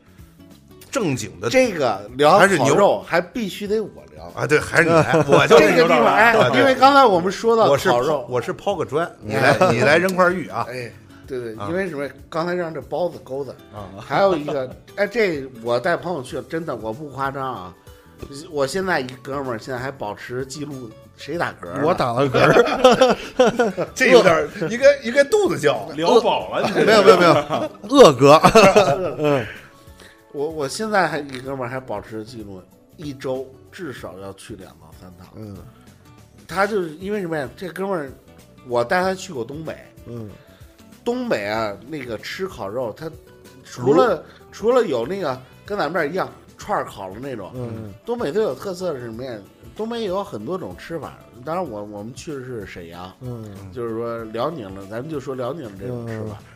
正经的这个聊还是烤牛肉，还必须得我聊。啊，对，还是你来，我就这是个牛地导方，哎啊，对因为刚才我们说到我是烤肉，嗯我是抛个砖，你 来你来扔块玉啊，哎，对对，啊因为什么？刚才让这包子勾的啊，还有一个， 哎，这我带朋友去，真的我不夸张啊，我现在一哥们儿现在还保持记录，谁打嗝 呢？我打了嗝儿， 这有点儿应该应该肚子 叫，聊饱了，你这没有没有没有，饿嗝， 嗯我我现在还一哥们儿还保持记录，一周至少要去两到三趟。嗯他就是因为什么呀？这哥们儿，我带他去过东北，嗯，东北啊，那个吃烤肉，他除了除了有那个跟咱们这儿一样串儿烤的那种，嗯，东北最有特色的是什么呀？东北也有很多种吃法，当然我我们去的是沈阳，嗯就是说辽宁了，咱们就说辽宁这种吃法。嗯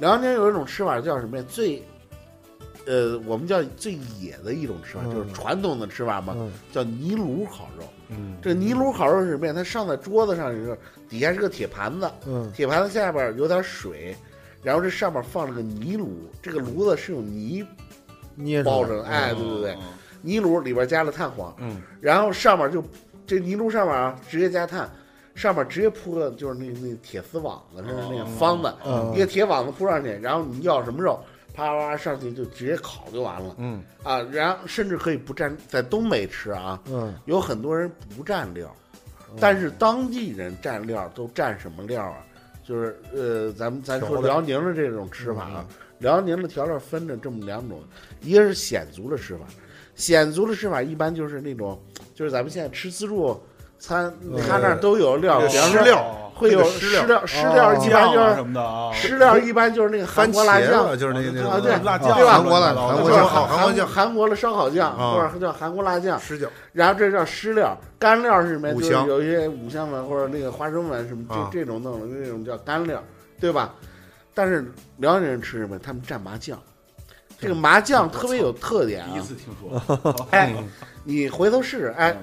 辽宁有一种吃法叫什么呀？最，呃，我们叫最野的一种吃法，嗯就是传统的吃法嘛，嗯叫泥炉烤肉。嗯，这泥炉烤肉是什么呀？它上在桌子上的时候，底下是个铁盘子，嗯铁盘子下边有点水，然后这上面放了个泥炉，这个炉子是用泥捏包着着的，哎，对对对嗯，泥炉里边加了炭火，嗯，然后上面就这泥炉上面啊直接加炭，上面直接铺个就是那那铁丝网子，是那个哦方子，嗯一个铁网子铺上去，然后你要什么肉，啪啪啪上去就直接烤就完了，嗯啊，然后甚至可以不蘸，在东北吃啊，嗯有很多人不蘸料，嗯但是当地人蘸料都蘸什么料啊？就是呃，咱们咱说调料嗯辽宁的这种吃法啊，辽宁的调料分着这么两种，一个是鲜族的吃法，鲜族的吃法一般就是那种，就是咱们现在吃自助餐，他那儿都有料，嗯比方湿说嗯料会有那个湿料哦湿料，湿料一般哦酱就啊是什么的啊，湿料一般就是那个韩番国辣茄酱了，，就是哦那个那啊个对辣酱，对吧韩国辣韩就国是酱好韩国酱韩国的烧烤酱，啊或者叫韩国辣酱，十九，然后这叫湿料，干料是什么呀？五就是香有一些五香粉或者那个花生粉什么啊这这种弄的那种叫干料，对吧？但是辽宁人吃什么？他们蘸麻酱，这个麻酱特别有特点嗯第一啊！次听说，嗯哎，你回头试试，哎，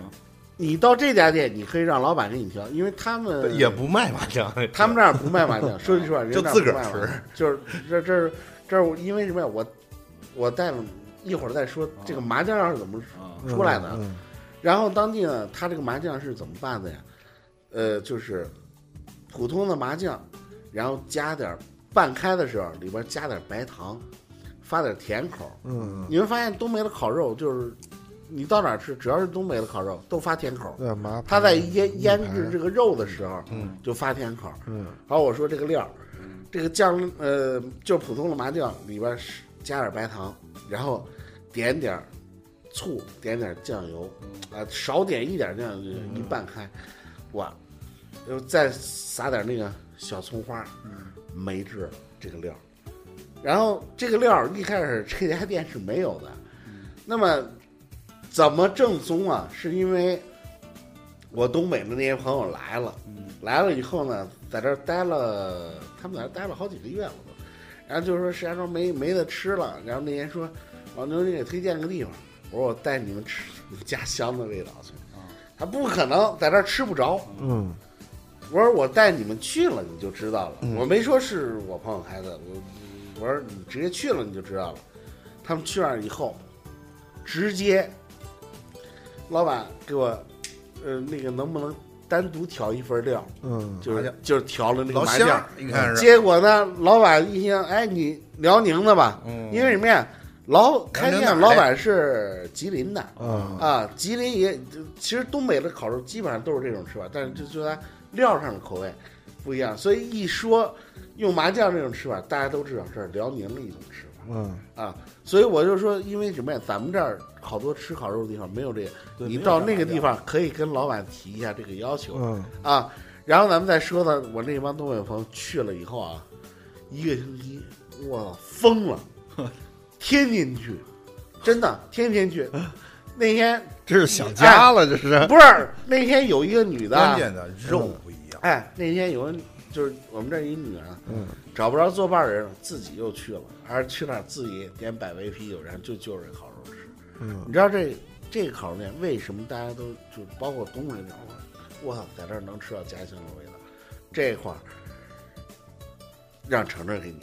你到这家店，你可以让老板给你挑，因为他们也不卖麻将，他们这儿不卖 麻将，说句实话，人就家自个儿不卖麻将吃，就是这这儿这儿，因为什么呀？我我带了一会儿再说这哦个麻将是怎么啊，出来的。嗯然后当地呢，他这个麻将是怎么办的呀？呃，就是普通的麻将，然后加点儿半开的时候里边加点儿白糖，发点儿甜口儿。嗯，你会发现东北的烤肉就是，你到哪儿吃，只要是东北的烤肉都发甜口儿。对麻，他在腌腌制这个，个肉的时候，嗯，就发甜口儿。嗯好，我说这个料儿，这个酱，呃，就普通的麻酱里边儿是加点儿白糖，然后点点儿醋，点点儿酱油，啊、少点一点儿酱油，就是一半开，哇，又再撒点儿那个小葱花儿，没制了这个料儿。然后这个料儿一开始这家店是没有的，那么怎么正宗啊？是因为我东北的那些朋友来了。来了以后呢，在这儿待了，他们在这儿待了好几个月了都。然后就是说石家庄没没得吃了，然后那人说，老牛你给推荐个地方，我说我带你们吃 你们家乡的味道去。他不可能在这儿吃不着，嗯我说我带你们去了你就知道了，我没说是我朋友开的，我我说你直接去了你就知道了。他们去那儿以后，直接老板给我，呃，那个能不能单独调一份料？嗯，就麻是将就是调了那个老麻乡将儿，应该是结果呢，老板一听，哎，你辽宁的吧？嗯因为什么呀？老开辽店宁哪儿老的板是吉林的啊啊，吉林也其实东北的烤肉基本上都是这种吃法，但是就就它料上的口味不一样，所以一说用麻酱这种吃法，大家都知道这是辽宁的一种吃法。嗯啊，所以我就说，因为什么呀？咱们这儿好多吃烤肉的地方没有这个，对你没有到这那个麻地方可以跟老板提一下这个要求。嗯啊，然后咱们再说到我那帮东北朋友去了以后啊，一个星期，我疯了，天天去，真的天天去。那天这是想家了，这是，不是那天有一个女的关啊，键的嗯肉不一样，哎，那天有个女就是我们这儿一女的啊，嗯找不着作伴儿人了，自己又去了，还是去那儿自己点百威啤酒，然后就就着烤肉吃。嗯你知道这这烤肉店为什么大家都就包括东北那会儿，我操，在这儿能吃到家乡的味道，这块儿让程程给你们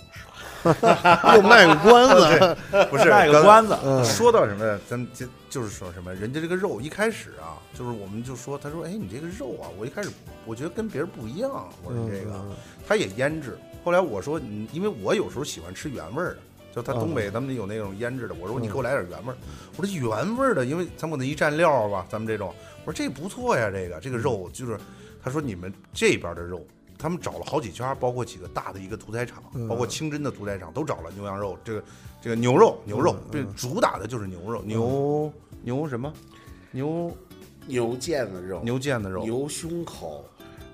说，又卖个关子， 不是卖个刚关子，嗯说到什么呀？咱们就就是说什么，人家这个肉一开始啊，就是我们就说，他说，哎，你这个肉啊，我一开始我觉得跟别人不一样，嗯我说嗯这个，他也腌制。后来我说，你因为我有时候喜欢吃原味儿的，就他东北他们有那种腌制的，我说你给我来点原味儿，我说原味儿的，因为咱们可能一蘸料吧，咱们这种，我说这不错呀，这个这个肉就是，他说你们这边的肉。他们找了好几家，包括几个大的一个屠宰场，包括清真的屠宰场都找了牛羊肉，这个这个牛肉牛肉，这主打的就是牛肉，牛牛什么，嗯牛牛腱子肉、牛腱子肉，牛胸口，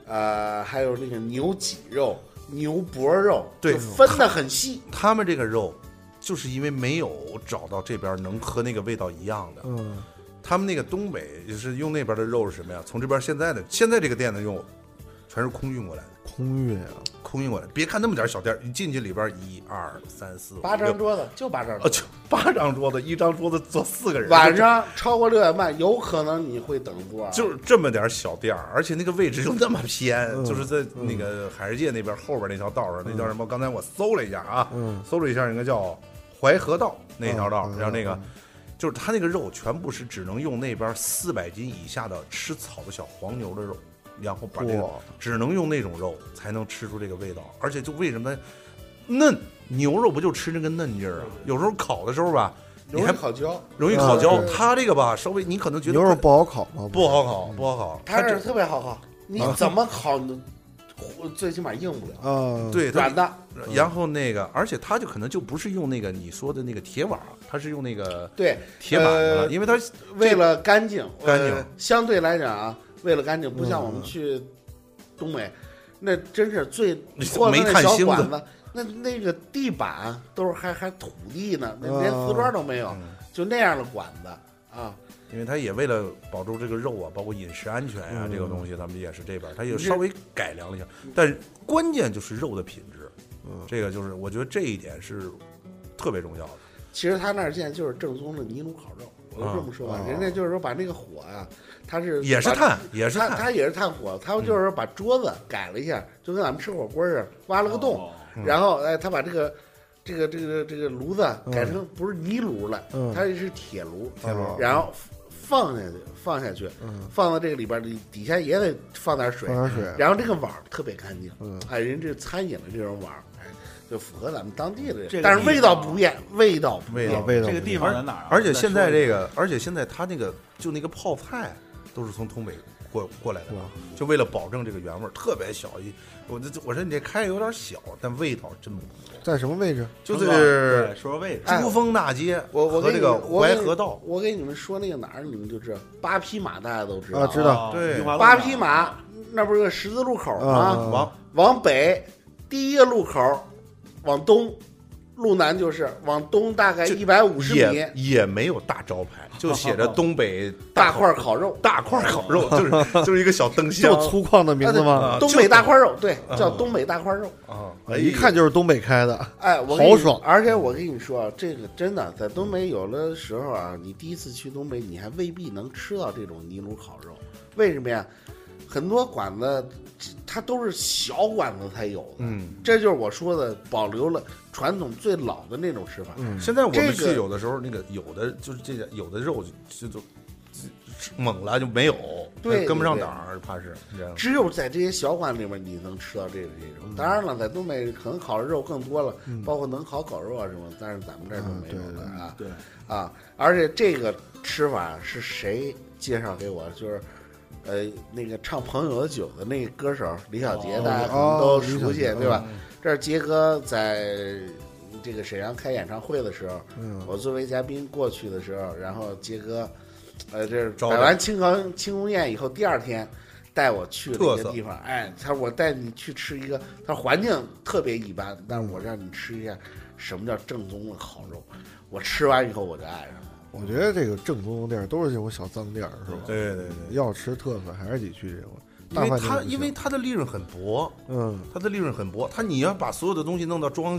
呃，还有那个牛脊肉、牛脖肉，对就分的很细。他们这个肉，就是因为没有找到这边能和那个味道一样的。嗯他们那个东北就是用那边的肉是什么呀？从这边现在的现在这个店的肉，全是空运过来的，空运啊，空运过来。别看那么点小店，你进去里边一二三四五八张六桌子就八张呃桌子，就八张桌子，一张桌子坐四个人，晚上超过六点半，有可能你会等座啊。就是这么点小店儿，而且那个位置又那么偏，嗯就是在那个海世界那边后边那条道上，那叫什嗯么？刚才我搜了一下啊，嗯搜了一下，应该叫淮河道那条道，嗯嗯然后那个。嗯就是他那个肉全部是只能用那边四百斤以下的吃草的小黄牛的肉，然后把这个嚯只能用那种肉才能吃出这个味道，而且就为什么它嫩牛肉不就吃那个嫩劲儿啊？有时候烤的时候吧，你容易还嗯烤焦，容易烤焦，嗯对它这个吧稍微你可能觉得牛肉不不好烤吗？不好烤，不好烤，它这这特别好啊烤，你怎么烤，你都最起码硬不了，啊，，对它软的。然后那个，而且它就可能就不是用那个你说的那个铁碗儿，它是用那个对，铁板的了，呃因为它为了干净，干净嗯呃，相对来讲啊，为了干净，不像我们去东北，那真是最你破的没那看小星馆子子，那那个地板都是还还土地呢，那嗯连瓷砖都没有啊嗯，就那样的馆子啊，因为它也为了保住这个肉啊，包括饮食安全呀、这个东西，咱们也是这边儿，它嗯也嗯稍微改良了一下，但是关键就是肉的品质，这个就是我觉得这一点是特别重要的。其实他那儿现在就是正宗的泥炉烤肉，我就这么说吧啊，人家就是说把那个火啊，它是也是把碳，也是嗯它碳，它也是炭火，它就是说把桌子改了一下，就跟咱们吃火锅似的，挖了个洞，哦嗯然后哎，他把这个这个这个这个炉子啊改成不是泥炉了，嗯它是铁炉，铁炉啊然后放下去，放下去，嗯，放到这个里边儿，里底下也得放点水放，点水，然后这个碗儿特别干净，嗯哎，人这餐饮的这种碗儿，哎，就符合咱们当地的这个但是味道地方啊不变，味道不味变道老味道这个地方在哪儿啊？而且现再在说一这下个，而且现在他那个就那个泡菜都是从东北过过来的哇，就为了保证这个原味儿，特别小一。我这我说你这开有点小，但味道真不错。在什么位置？就城管对是说说位置，哎珠峰大街我我和跟这你个我淮跟河道，我给你们说那个哪儿，你们就知道八匹马，大家都知道，啊知哦道对裕华路八上匹马那不是个十字路口啊吗？王往北第一个路口，往东，路南就是往东大概这一百五十米也，也没有大招牌，就写着东北大烤块烤肉，大块烤肉，就是 就是一个小灯这箱么粗犷的名字吗？啊东就北大块肉，对，叫东北大块肉。哦啊，哎一看就是东北开的，哎，我跟你豪爽而且我跟你说啊，这个真的在东北有的时候啊，你第一次去东北，你还未必能吃到这种泥炉烤肉。为什么呀？很多馆子它都是小馆子才有的，嗯，这就是我说的保留了传统最老的那种吃法。嗯，现在我们这个去有的时候，那个有的就是这个有的肉就就就就猛了就没有，对跟不上对对档儿，怕是你知道吗只有在这些小馆里面，你能吃到这个这嗯种。当然了，在东北可能烤的肉更多了，包括能烤狗肉啊什么，但是咱们这儿就没有了嗯啊。对，啊，而且这个吃法是谁介绍给我？就是，呃，那个唱《朋友的酒》的那个歌手李小杰，哦大家可能都熟悉，对吧？嗯这是杰哥在这个沈阳开演唱会的时候，嗯，哎我作为嘉宾过去的时候，然后杰哥，呃，这是招摆待完庆功庆功宴以后，第二天带我去那特个色地方，哎，他说我带你去吃一个，他说环境特别一般，但是我让你吃一下什么叫正宗的烤肉。我吃完以后我就爱上了。我觉得这个正宗的店儿都是这种小脏店儿，是吧？对对对，要吃特色还是得去这种，因为大饭店它不行因为它的利润很薄，嗯，它的利润很薄，它你要把所有的东西弄到装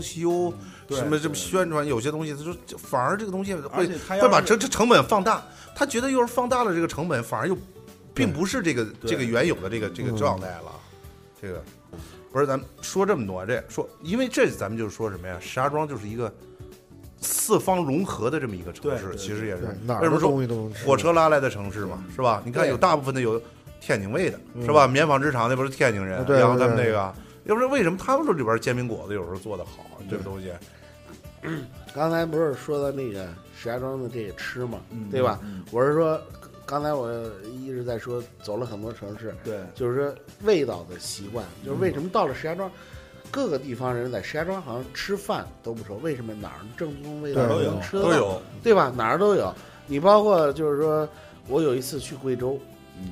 嗯修，对什么这对么宣传，有些东西它就就反而这个东西而会且他要会把是成这成本放大，他觉得又是放大了这个成本，反而又并不是这个对这个原有的这个这个嗯状态了，这个不是咱们说这么多，这说因为这咱们就是说什么呀？石家庄就是一个四方融合的这么一个城对市，对其实也是对，哪为什儿么的说东西都能吃，火车拉来的城市嘛，是吧？你看有大部分的有天津卫的，嗯是吧？棉纺织厂那不是天津啊人，对然后他对们那对个，要不然为什么他们这里边煎饼果子有时候做的好，啊这嗯个东西，刚才不是说到那个石家庄的这个吃嘛，嗯对吧？嗯我是说，刚才我一直在说走了很多城市，对，就是说味道的习惯，就是为什么到了石家庄，各个地方人在石家庄好像吃饭都不愁，为什么哪儿正宗味道对都都有能吃得都到，有，对吧？哪儿都有。你包括就是说，我有一次去贵州，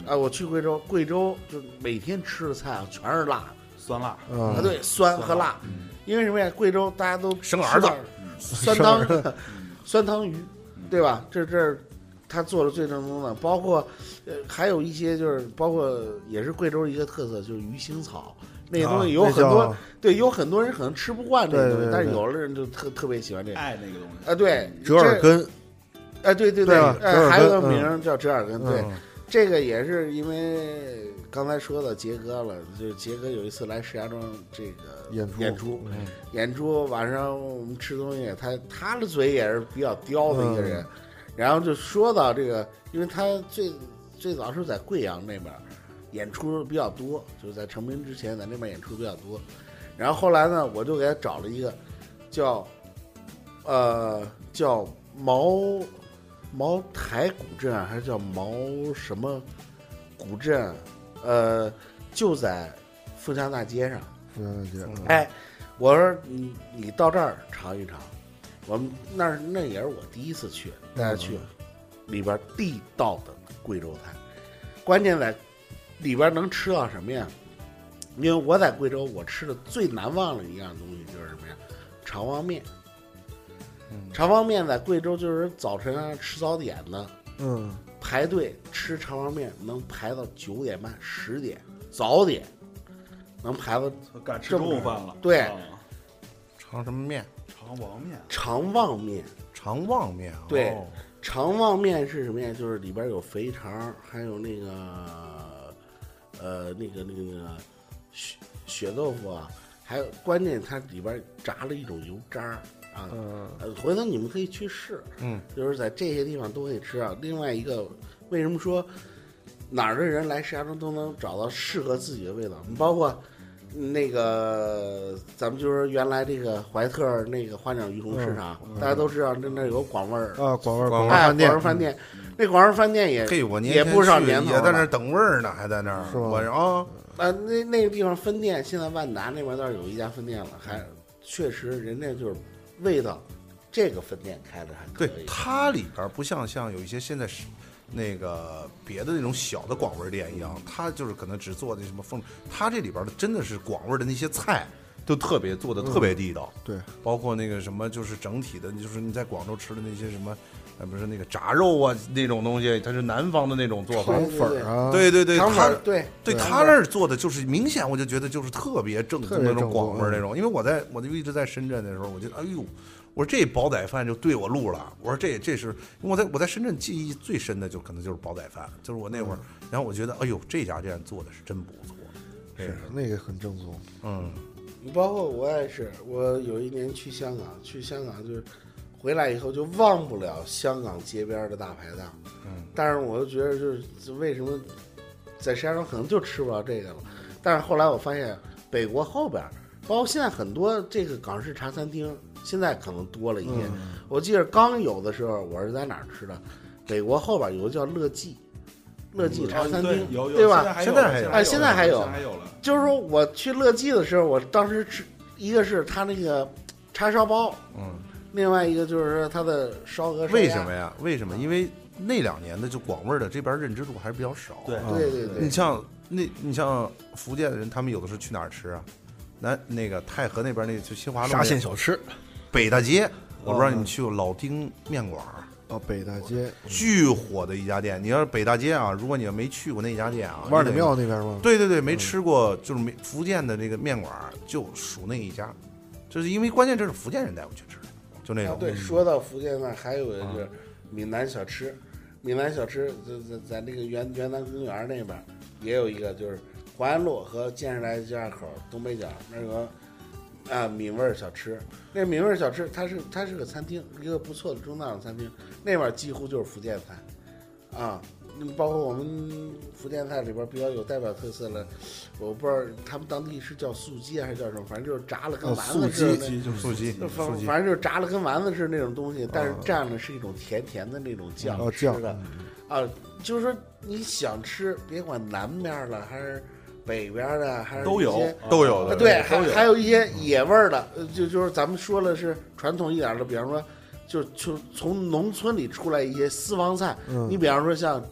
啊，我去贵州，贵州就每天吃的菜啊全是辣，酸辣，嗯啊，，对，酸和辣，因为什么呀？贵州大家都生儿子吃点儿嗯酸汤酸汤鱼，对吧？这这是他做的最正宗的，包括呃还有一些就是包括也是贵州一个特色就是鱼腥草。那些东西有啊那很多，叫对，有很多人可能吃不惯这个对东西，对但是对有的人就特特别喜欢这个。爱那个东西啊，对，折耳根，这，啊，对对对吧折耳哎，根还有个嗯名儿叫折耳根，对，嗯，这个也是因为刚才说到杰哥了，就是杰哥有一次来石家庄这个演出演出，嗯演出晚上我们吃东西，他他的嘴也是比较刁的一个人，然后就说到这个，因为他最最早是在贵阳那边儿演出比较多，就是在成名之前在那边演出比较多，然后后来呢，我就给他找了一个叫呃叫茅茅台古镇啊还是叫茅什么古镇，啊呃，就在凤翔大街上。是啊姐嗯哎，我说你你到这儿尝一尝，我们那儿那也是我第一次去，带他去里边地道的贵州菜，关键在里边能吃到什么呀？因为我在贵州，我吃的最难忘的一样东西就是什么呀？肠旺面。肠旺面在贵州就是早晨啊吃早点的，嗯，排队吃肠旺面能排到九点半、十点，早点能排到，嗯敢吃中午饭了，对啊尝什么面？肠王面，肠旺面。肠旺面啊，对哦肠旺面是什么呀？就是里边有肥肠，还有那个呃那个那个那个血血豆腐啊，还有关键它里边炸了一种油渣儿啊。嗯，呃，回头你们可以去试，嗯，就是在这些地方都可以吃啊。另外一个，为什么说哪儿的人来石家庄都能找到适合自己的味道？包括那个，咱们就说原来这个怀特儿那个花鸟鱼虫市场，大家都知道那那有广味儿，啊，广味儿广味儿味儿哎，饭店广味儿饭店，那广味儿饭店也嘿，我年也前不少去年头也在那了儿等位儿呢，还在那儿。是吗我啊，啊，那那个地方分店，现在万达那边倒是有一家分店了，还确实人家就是味道，这个分店开的还可对以，它里边儿不像像有一些现在是那个别的那种小的广味儿店一样，它就是可能只做那什么凤，它这里边儿的真的是广味儿的那些菜都特别做的特别地道，对，包括那个什么就是整体的，就是你在广州吃的那些什么，呃，不是那个炸肉啊那种东西，它是南方的那种做法。肠粉儿啊，对对对，肠粉它儿对对肠他粉那儿儿做的就是明显，我就觉得就是特别正宗特别那种正宗广味儿嗯那种。因为我在我就一直在深圳的时候，我觉得哎呦，我说这煲仔饭就对我路了。我说这这是因为我在我在深圳记忆最深的就可能就是煲仔饭，就是我那会儿，嗯然后我觉得哎呦这家店做的是真不错，是那个很正宗，嗯你包括我也是，我有一年去香港，去香港就是回来以后就忘不了香港街边的大排档，嗯，但是我又觉得就是就为什么在石家庄可能就吃不着这个了，但是后来我发现北国后边儿，包括现在很多这个港式茶餐厅，现在可能多了一些。我记得刚有的时候，我是在哪儿吃的？北国后边有个叫乐记，乐记茶餐厅，嗯哦有有对吧？现现在在还还有有，哎现在还有现在还有了。就是说我去乐记的时候，我当时吃一个是他那个叉烧包，嗯。另外一个就是说他的烧鹅。为什么？呀？为什么？因为那两年的就广味儿的这边儿认知度还是比较少。对啊对对对你，像那，你像福建的人，他们有的是去哪儿吃啊？南那个太和那边儿那个就新华路那小吃，北大街，我不知道你们去过老丁面馆儿，哦，北大街巨火的一家店。你要是北大街啊，如果你要没去过那家店啊，万里你得庙那边吗？对对对，没吃过，就是没福建的那个面馆儿就属那一家，就是因为关键这是福建人带我去吃的，就那啊种。嗯嗯对，说到福建那儿还有一个啊就是闽南小吃，闽南小吃就在在那个元元南公园那边儿也有一个，就是淮安路和建设来家口东北角那儿有个。啊，闽味儿小吃，那闽味儿小吃，它是它是个餐厅，一个不错的中档的餐厅，那边儿几乎就是福建菜，啊，嗯包括我们福建菜里边儿比较有代表特色的，我不知道他们当地是叫素鸡还是叫什么，反正就是炸了跟哦丸子素似的那鸡就种。是素鸡，就素反鸡，嗯反正就是炸了跟丸子似的那种东西，但是蘸的是一种甜甜的那种酱嗯哦吃酱的，啊，就是说你想吃，别管南面了还是北边的，还是都有嗯一些都有啊的对，都还有还有一些野味儿的，呃就就是咱们说的是传统一点的，比方说，就就从农村里出来一些私房菜，嗯你比方说像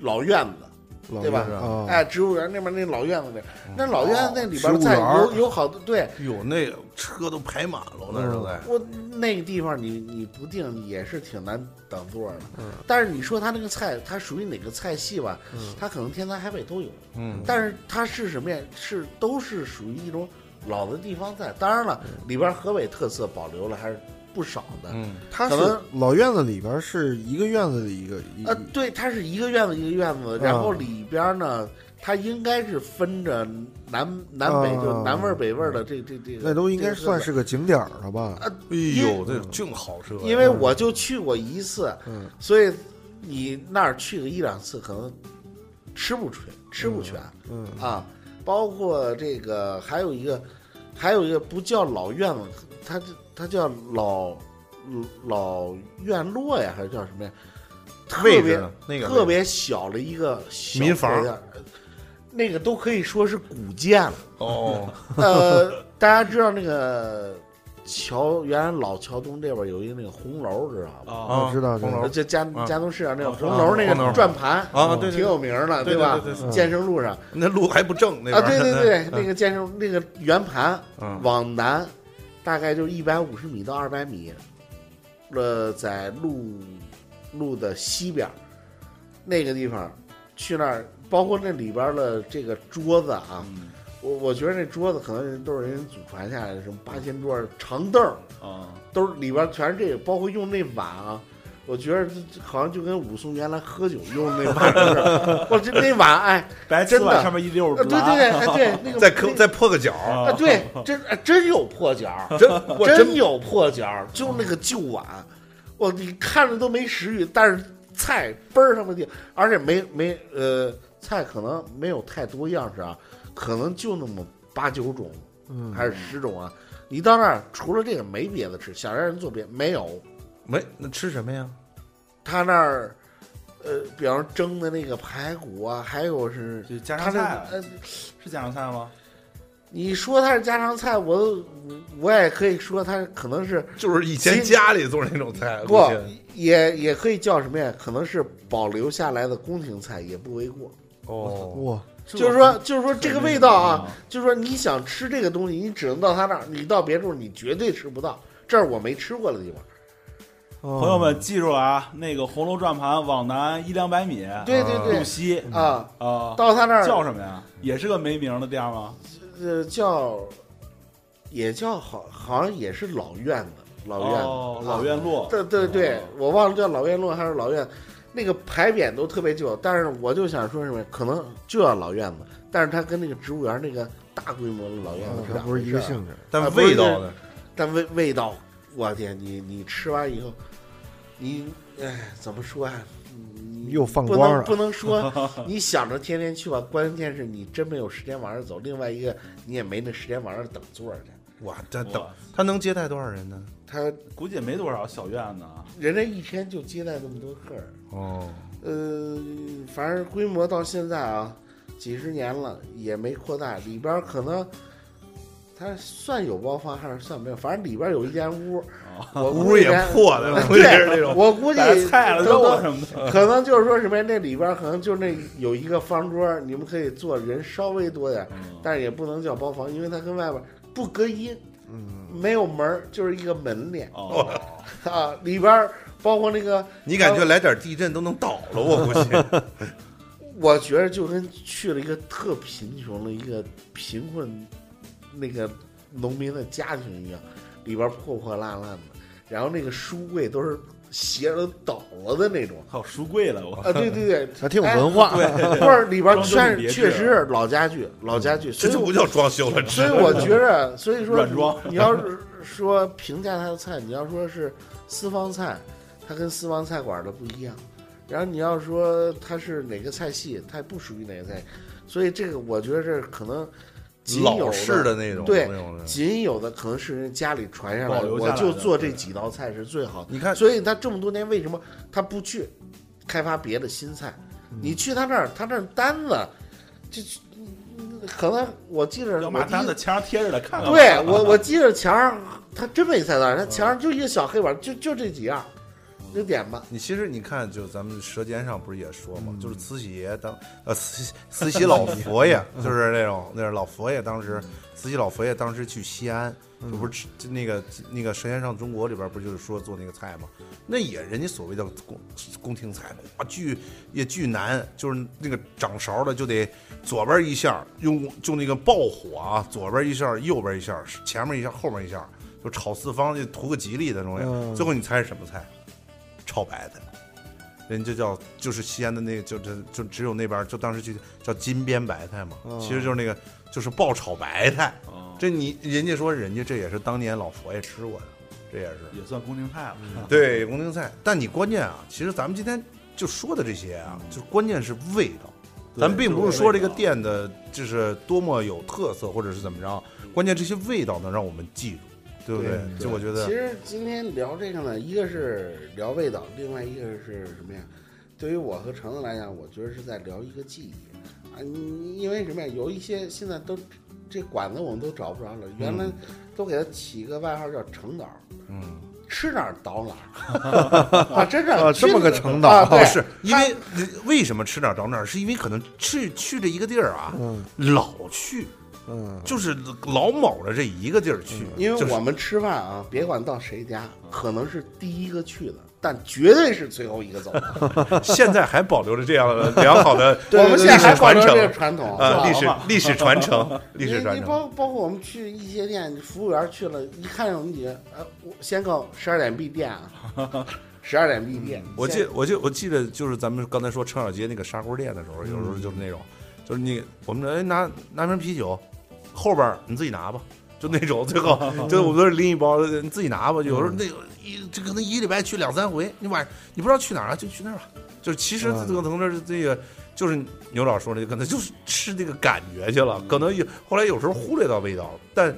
老院子，老对吧院啊，哎，植物园那边那老院子那，那老院子那里嗯植边的物菜园儿有有好多对，哟，那车都排满了，那时候在。我那个地方你你不定也是挺难等座儿的，嗯但是你说他那个菜，它属于哪个菜系吧？嗯它可能天南海北都有，嗯，但是它是什么呀？是都是属于一种老的地方菜。当然了，嗯里边河北特色保留了还是不少的。嗯，它可是能老院子里边儿是一个院子的一个一呃，对，它是一个院子一个院子，然嗯后里边呢，它应该是分着南南北，啊就南味儿北味儿的这这这个，那都应该这个算是个景点儿了啊吧？哎呦，这净好吃。因为我就去过一次，嗯所以你那儿去个一两次，可能吃不全，吃不全、嗯，啊。包括这个，还有一个，还有一个不叫老院子，它这它叫老老院落呀，还是叫什么呀？特位别置呢那个特位别小的一个小民房回家，那个都可以说是古建了。哦， 呃，大家知道那个桥，原来老桥东这边有一个那个红楼，知道吧？ 啊，啊我知道知道红楼呃就加啊加东市场那个哦红楼那红楼个转盘啊对对对挺有名儿的，对对吧对对对？建设路上那路还不正那边啊，儿对对对， 嗯那个建设那个圆盘嗯往南，大概就一百五十米到二百米，呃，在路路的西边儿那个地方，去那儿，包括那里边儿的这个桌子啊，我我觉得那桌子可能人都是人祖传下来的，什么八仙桌儿、长凳儿，啊，都是里边全是这个，包括用那碗啊。我觉得这好像就跟武松原来喝酒用那碗似的， 我这那碗哎，白瓷真的碗上面一溜啊儿哦对蓝，对对，哎对那个再磕那再破个角， 啊对，真哎真有破角， 真我真有破角，就那个旧碗，我你看着都没食欲，但是菜倍儿他妈的，而且没没呃菜可能没有太多样式啊，可能就那么八九种嗯，还是十种啊。你到那儿除了这个没别的吃，想让人做别没有。没那吃什么 呀？他那儿呃，比方说蒸的那个排骨啊，还有是就家他常那菜啊呃，是家常菜吗？你说它是家常菜，我都我也可以说它可能是就是以前其实家里做那种菜，不我天也也可以叫什么呀？可能是保留下来的宫廷菜，也不为过。哦，哇，就是说，就是说这个味道啊嗯，就是说你想吃这个东西，你只能到他那儿，你到别处你绝对吃不到。这是我没吃过的地方。朋嗯朋友们记住了啊，那个红楼转盘往南一两百米，对对啊路对，西啊，啊，到他那儿叫什么呀？也是个没名儿的店儿吗？呃叫，也叫好，好像也是老院子，老院子，哦，老院啊落，对对对哦，我忘了叫老院路还是老院，那个牌匾都特别旧，但是我就想说什么，可能就叫老院子，但是它跟那个植物园那个大规模的老院子嗯是它两不是回一事个儿，性质，但啊不是味道呢？但味味道，我天，你你吃完以后，你哎怎么说啊？你又放不光能了不能 说你想着天天去吧，关键是你真没有时间往那儿走。另外一个，你也没那时间往那儿等座儿去。哇，这哇等他能接待多少人呢？他估计也没多少小院子啊。人家一天就接待那么多客人，哦，呃，反正规模到现在啊，几十年了也没扩大，里边儿可能它算有包房还是算没有，反正里边儿有一间屋，我哦屋也破，破的，我也是那嗯对，种。我估计摆菜了、都肉啊什么的，可能就是说什么呀？那里边儿可能就那有一个方桌儿，你们可以坐人稍微多点儿，嗯但是也不能叫包房，因为它跟外边儿不隔音，嗯，没有门儿，就是一个门脸哦，啊，里边儿包括那个。你感觉来点地震都能倒了，我估 计。我觉得就跟去了一个特贫穷的一个贫困那个农民的家庭一样，里边破破烂烂的，然后那个书柜都是斜着倒了的那种。还有书柜了，我啊，对对对，还挺有哎文化， 不是里边装修全挺别致确实是老家具，老家具，所嗯这以就我不叫装修了，所以这我觉着，所以说软装你要是说评价他的菜，你要说是私房菜，它跟私房菜馆的不一样。然后你要说它是哪个菜系，它也不属于哪个菜系，所以这个我觉得这可能仅有老式的那种。对那种的仅有的可能是人家里传下来保的，留下我来的就做这几道菜是最好的。你看，所以他这么多年为什么他不去开发别的新菜？嗯你去他那儿，他那儿单子就可能我记着要我把第一单子啊墙上贴着的看看吧。对我，我记着墙上他真没菜单，他墙上就一个小黑板，就就这几样，就点吧。你其实你看，就咱们《舌尖上》不是也说嘛，就是慈禧爷当呃慈慈禧老佛爷， 就是那种那是老佛爷当时，慈禧老佛爷当时去西安，就不是吃就那个那个《舌尖上中国》里边不就是说做那个菜嘛，那也人家所谓的宫宫廷菜，哇巨也巨难，就是那个掌勺的就得左边一下用就那个爆火啊，左边一下，右边一下，前面一下，后面一下，就炒四方就图个吉利的东西，嗯最后你猜是什么菜？炒白菜，人家叫就是西安的那个，就就就只有那边儿就当时就叫金边白菜嘛，哦其实就是那个就是爆炒白菜。哦，这你人家说人家这也是当年老佛爷吃过的，这也是也算宫廷菜了。嗯嗯对宫廷菜。但你关键啊，其实咱们今天就说的这些啊，嗯就是关键是味道。对咱并不是说这就是味个道店的就是多么有特色或者是怎么着，嗯关键这些味道能让我们记住，对不对就我觉其得，实今天聊这个呢，一个是聊味道，另外一个是什么呀？对于我和橙子来讲，我觉得是在聊一个记忆啊，你因为什么呀？有一些现在都这馆子我们都找不着了，原来都给它起一个外号叫“橙岛”，嗯，吃哪儿倒哪儿啊，真的啊这么个去哪儿橙岛 啊对，是因为为什么吃哪儿找哪儿？是因为可能去去这一个地儿啊，嗯老去，嗯，就是老卯着这一个地儿去，嗯因为就是我们吃饭啊，别管到谁家，可能是第一个去的，但绝对是最后一个走的。现在还保留着这样的良好 的我们历现在还史保传留这个承传统啊，历是史吧历史传承，历你史 传你承。包包括我们去一 些店，服务员去了，一看见我们几个，呃，我先告十二点闭店啊，十二点闭店。嗯我现记我记我记得就是咱们刚才说城小街那个砂锅店的时候，有时候嗯就是那种，就是你我们哎拿拿瓶啤酒，后边儿你自己拿吧，就那种 最后就我们都是拎一包，你自己拿吧。嗯有时候那个一这可能一礼拜去两三回，你晚上你不知道去哪儿了，就去那儿吧。就是其实嗯这个可能这这个就是牛老说的，可能就是吃这个感觉去了，可能有后来有时候忽略到味道了，但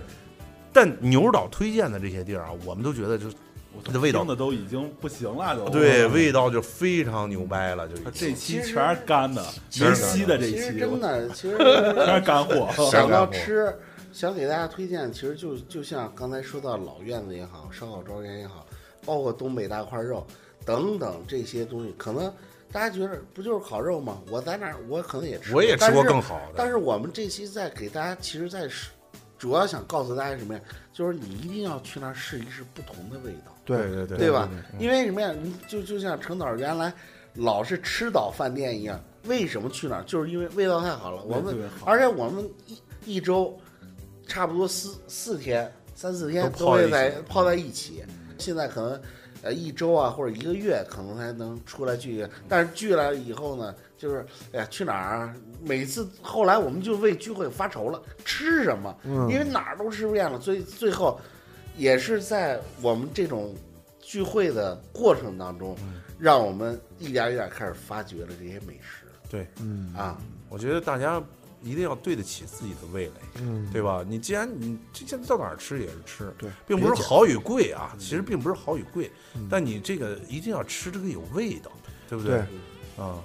但牛岛推荐的这些地儿啊，我们都觉得就是我这味道听的都已经不行了，都对味道就非常牛掰了，就已经他这期全是干的，实明晰的这其期，实真的，其 实我全是干 货。想到吃，想给大家推荐，其实就就像刚才说到老院子也好，烧烤庄园也好，包括东北大块肉等等这些东西，可能大家觉得不就是烤肉吗？我在那儿我可能也吃，我也吃过更好好的，但是。但是我们这期在给大家，其实在是主要想告诉大家什么呀？就是你一定要去那儿试一试不同的味道。对对对对吧？因为什么呀？你就就像陈导原来老是吃岛饭店一样，为什么去哪儿？就是因为味道太好了。我特们别好而且我们一一周差不多四四天、三四天都都泡在会一在起泡在一起。现在可能呃一周啊或者一个月可能才能出来聚一个，但是聚了以后呢，就是哎呀去哪儿啊？每次后来我们就为聚会发愁了，吃什么？嗯因为哪儿都吃遍了，所以最后也是在我们这种聚会的过程当中，嗯让我们一点一点开始发掘了这些美食对，嗯啊。我觉得大家一定要对得起自己的味蕾，嗯，对吧？你既然你这现在到哪儿吃也是吃，对，并别不是讲好与贵啊，其实并不是好与贵，但你这个一定要吃这个有味道，对不对？啊，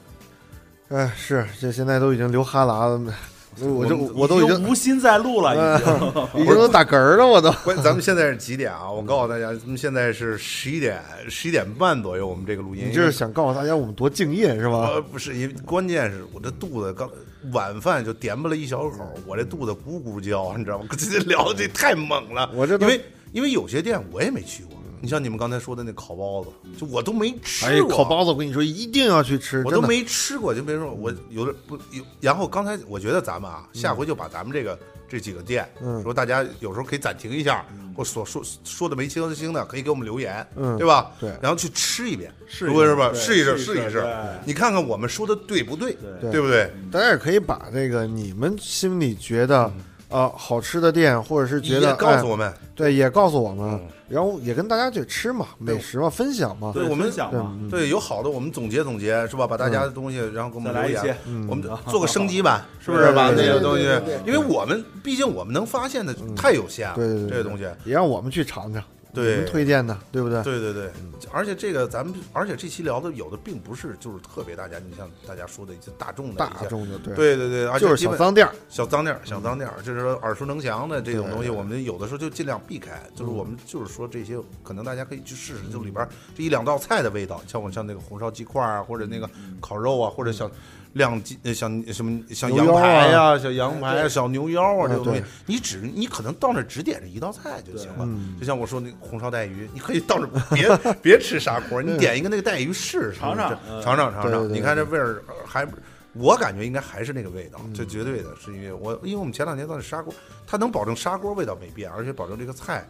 哎，是这现在都已经流哈喇子， 我就们我都已经无心再录了，已经。已经都打嗝儿了，我都。关，咱们现在是几点啊？我告诉大家，咱们现在是十一点十一点半左右，我们这个录音你这是想告诉大家我们多敬业是吧呃，？不是，因为关键是我这肚子刚晚饭就点吧了一小口，我这肚子咕咕叫，你知道吗？ 这这聊的这太猛了，我这因都为因为有些店我也没去过，你像你们刚才说的那烤包子，就我都没吃哎，过，烤包子，我跟你说，一定要去吃，啊我都真的没吃过，就别说我有点不有。然后刚才我觉得咱们啊，下回就把咱们这个这几个店，嗯说大家有时候可以暂停一下，或所说说的没清清的，可以给我们留言，嗯对吧？对然后去吃一遍，试如果一是吧？试试一试，对试试一一试试对，你看看我们说的对不对，对对不对？大家也可以把这个你们心里觉得呃好吃的店，或者是嗯觉也得告诉哎我们，对，也告诉我们嗯，然后也跟大家去吃嘛，对美食嘛，分享嘛。对我们想嘛，对，嗯有好的我们总结总结，是吧？把大家的东西，然后给我们再来留一言些，我们嗯做个升级版，是不对是把那对个对东西对对对？因为我们毕竟我们能发现的太有限了，对对对对这些东西，也让我们去尝尝，对你们推荐的，对不对？嗯对对对，而且这个咱们，而且这期聊的有的并不是就是特别大家，你像大家说的一些大众的一大些，众的，对，对对对，而且就是基小本脏店儿，小脏店儿小脏店儿就是说耳熟能详的这种东西，我们有的时候就尽量避开。就是我们就是说这些，可能大家可以去试试，就里边儿这一两道菜的味道，像我像那个红烧鸡块儿啊，或者那个烤肉啊，或者像亮鸡，呃像什么像牛羊腰啊排呀、小羊排啊、小牛腰啊哎这种东西对，你只你可能到那儿只点这一道菜就行了嗯。就像我说那个红烧带鱼，你可以到那儿 别别吃砂锅，你点一个那个带鱼试试，尝尝这嗯尝尝尝对尝，对对你看这味儿呃还不。我感觉应该还是那个味道，这绝嗯对的是因为我，因为我们前两天做的砂锅，它能保证砂锅味道没变，而且保证这个菜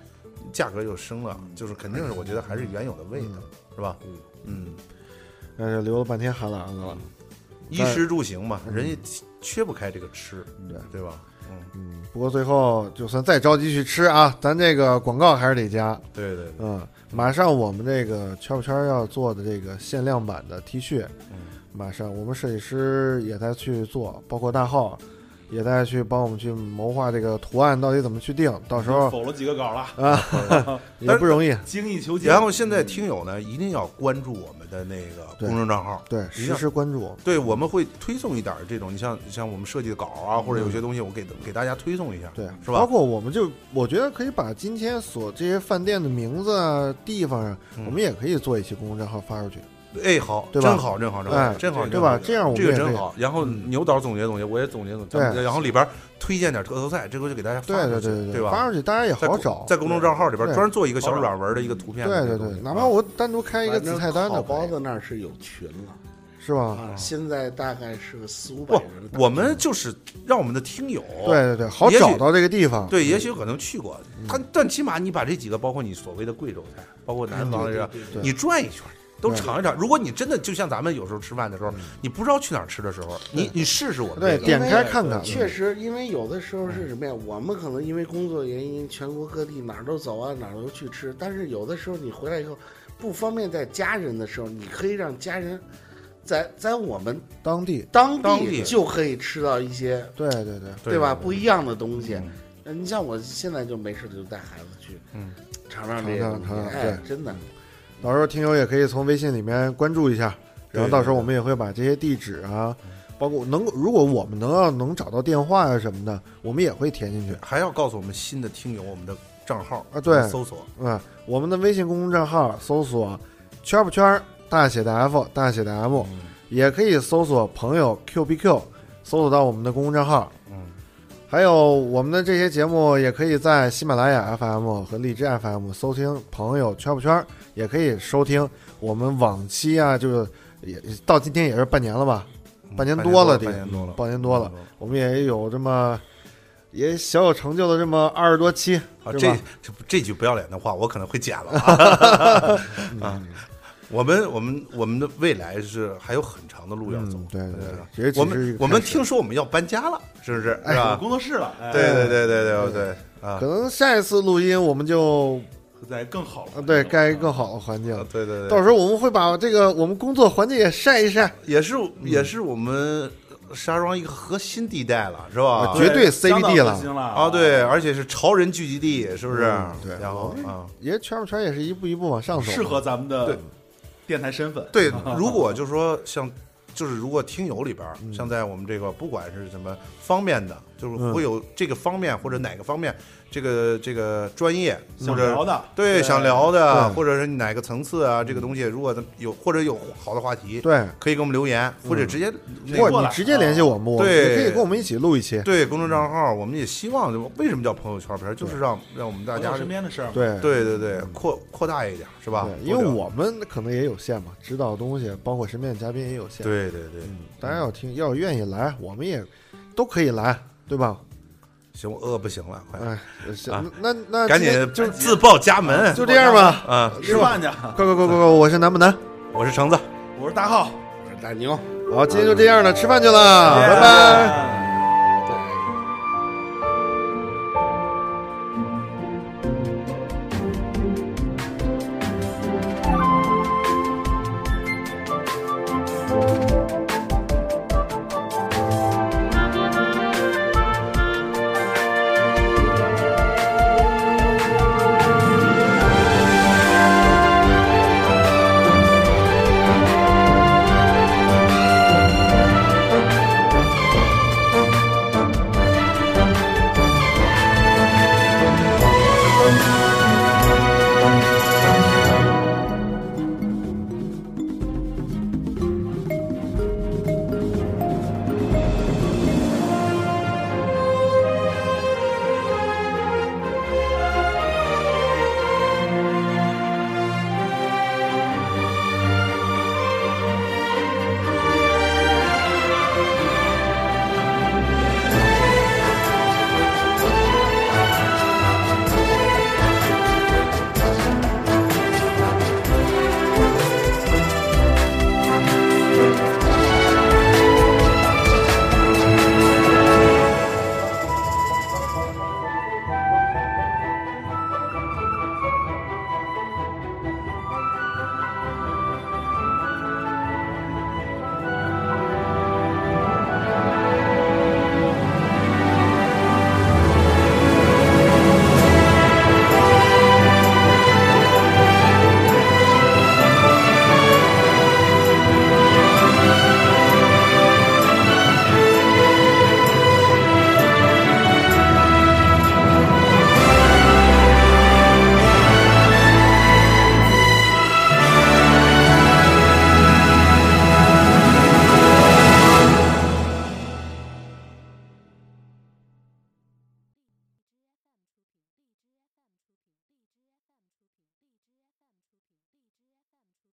价格又升了，就是肯定是我觉得还是原有的味道，是吧？嗯，但是流了半天哈喇子了。衣食住行嘛，嗯人家缺不开这个吃，对对吧？嗯，嗯，不过最后就算再着急去吃啊，咱这个广告还是得加。对对对，嗯，马上我们这个圈不圈儿要做的这个限量版的 T 恤，嗯马上我们设计师也在去做，包括大浩也在去帮我们去谋划这个图案到底怎么去定，到时嗯候否了几个稿了，也不容易。精益求精。然后现在听友呢，一定要关注我们的那个公众账号，对，一定实要时关注。对，我们会推送一点儿这种，你像像我们设计的稿啊，或者有些东西，我给给大家推送一下，对，是吧包括我们就，我觉得可以把今天所这些饭店的名字啊、地方啊，嗯我们也可以做一期公众账号发出去。哎，好，对吧真好，真好，真好，哎真好，对真吧好这样我们这个也可真以嗯好。然后牛导总结总结，我也总结总结，咱们对然后里边推荐点特色菜，这回就给大家发对出对去对对，对吧？发出去大家也在好找。在公众账号里边对专门做一个小软文的一个图片对的那对个对东西，，嗯哪怕我单独开一个反子正菜单烤的，包子那儿是有群了是吧？啊，现在大概是个四五百不人。，我们就是让我们的听友对对对，好嗯也许找到这嗯个地方。对，也许有可能去过，他但起码你把这几个，包括你所谓的贵州菜，包括南方的这个对对，嗯对你转一圈儿，都尝一尝。如果你真的就像咱们有时候吃饭的时候，你不知道去哪儿吃的时候，你你试试我们嗯对这个点开看看确实，因为有的时候是什么呀？我们可能因为工作原因，全国各地哪儿都走啊，哪儿都去吃。但是有的时候你回来以后不方便带家人的时候，你可以让家人在在我们当地，当当地地就可以吃到一些，对对对，对吧？不一一样的东西。呃你像我现在就没事就带孩子去，嗯，尝尝这些尝东尝西尝，尝哎，对真的，到时候听友也可以从微信里面关注一下，然对嗯后到时候我们也会把这些地址啊，包括能如果我们能要能找到电话啊什么的，我们也会填进去还要告诉我们新的听友我们的账号啊对搜索啊、我们的微信公众账号搜索“圈不圈儿”大写的 F 大写的 M，、也嗯可以搜索朋友 QBQ，搜索到我们的公众账号。嗯，还有我们的这些节目也可以在喜马拉雅 FM 和荔枝 FM 收听朋友圈不圈儿，也可以收听我们往期啊，就是也到今天也是半年了吧，半年多了半得年多了，嗯半年多了，我们也有这么也小有成就的这么二十多期，啊，是这吧？这这句不要脸的话，我可能会剪了 啊。啊，我们我们我们的未来是还有很长的路要走嗯，。对对吧对，也只我是一们个我们开始听说我们要搬家了，是不是？是有吧？工作室了，哎对对对对对对啊可！能下一次录音我们就在更好了呃，对嗯该更好的环境啊，对对到对，时候我们会把这个我们工作环境也晒一晒，也是也是我们石家庄一个核心地带了，是吧？绝啊对 CBD 了相当核心了哦啊，对，，而且是潮人聚集地，是不是嗯？对然后啊，也圈不圈也是一步一步往上走，适合咱们哦的对电台身份，对，如果就是说像，就是如果听友里边儿，像在我们这个不管是什么方面的，就是嗯会有这个方面或者哪个方面，这个这个专业或想者聊的，对想聊的，对或者是哪个层次啊，这个东西，如果咱们有或者有好的话题，对，嗯可以给我们留言，或者直接那或个者过你来直接联系我们，我们对也可以跟我们一起录一期，对公众账号，我们也希望为什么叫朋友圈儿？就是让让我们大聊家聊身边的事儿嘛，对对对对扩扩大一点，是吧嗯对？因为多聊我们可能也有限嘛，知道的东西，包括身边的嘉宾也有限，对对对，大家要听要愿意来，我们也都可以来，对吧？行，我饿不行了，快哎，行啊，那那那赶今天紧就自报家门就这样吧，啊！吃饭去。快快快快快，我是南不南，我是橙子。我是大浩，我是大牛。啊哎好，今天就这样了，吃饭去了，拜 拜。拜。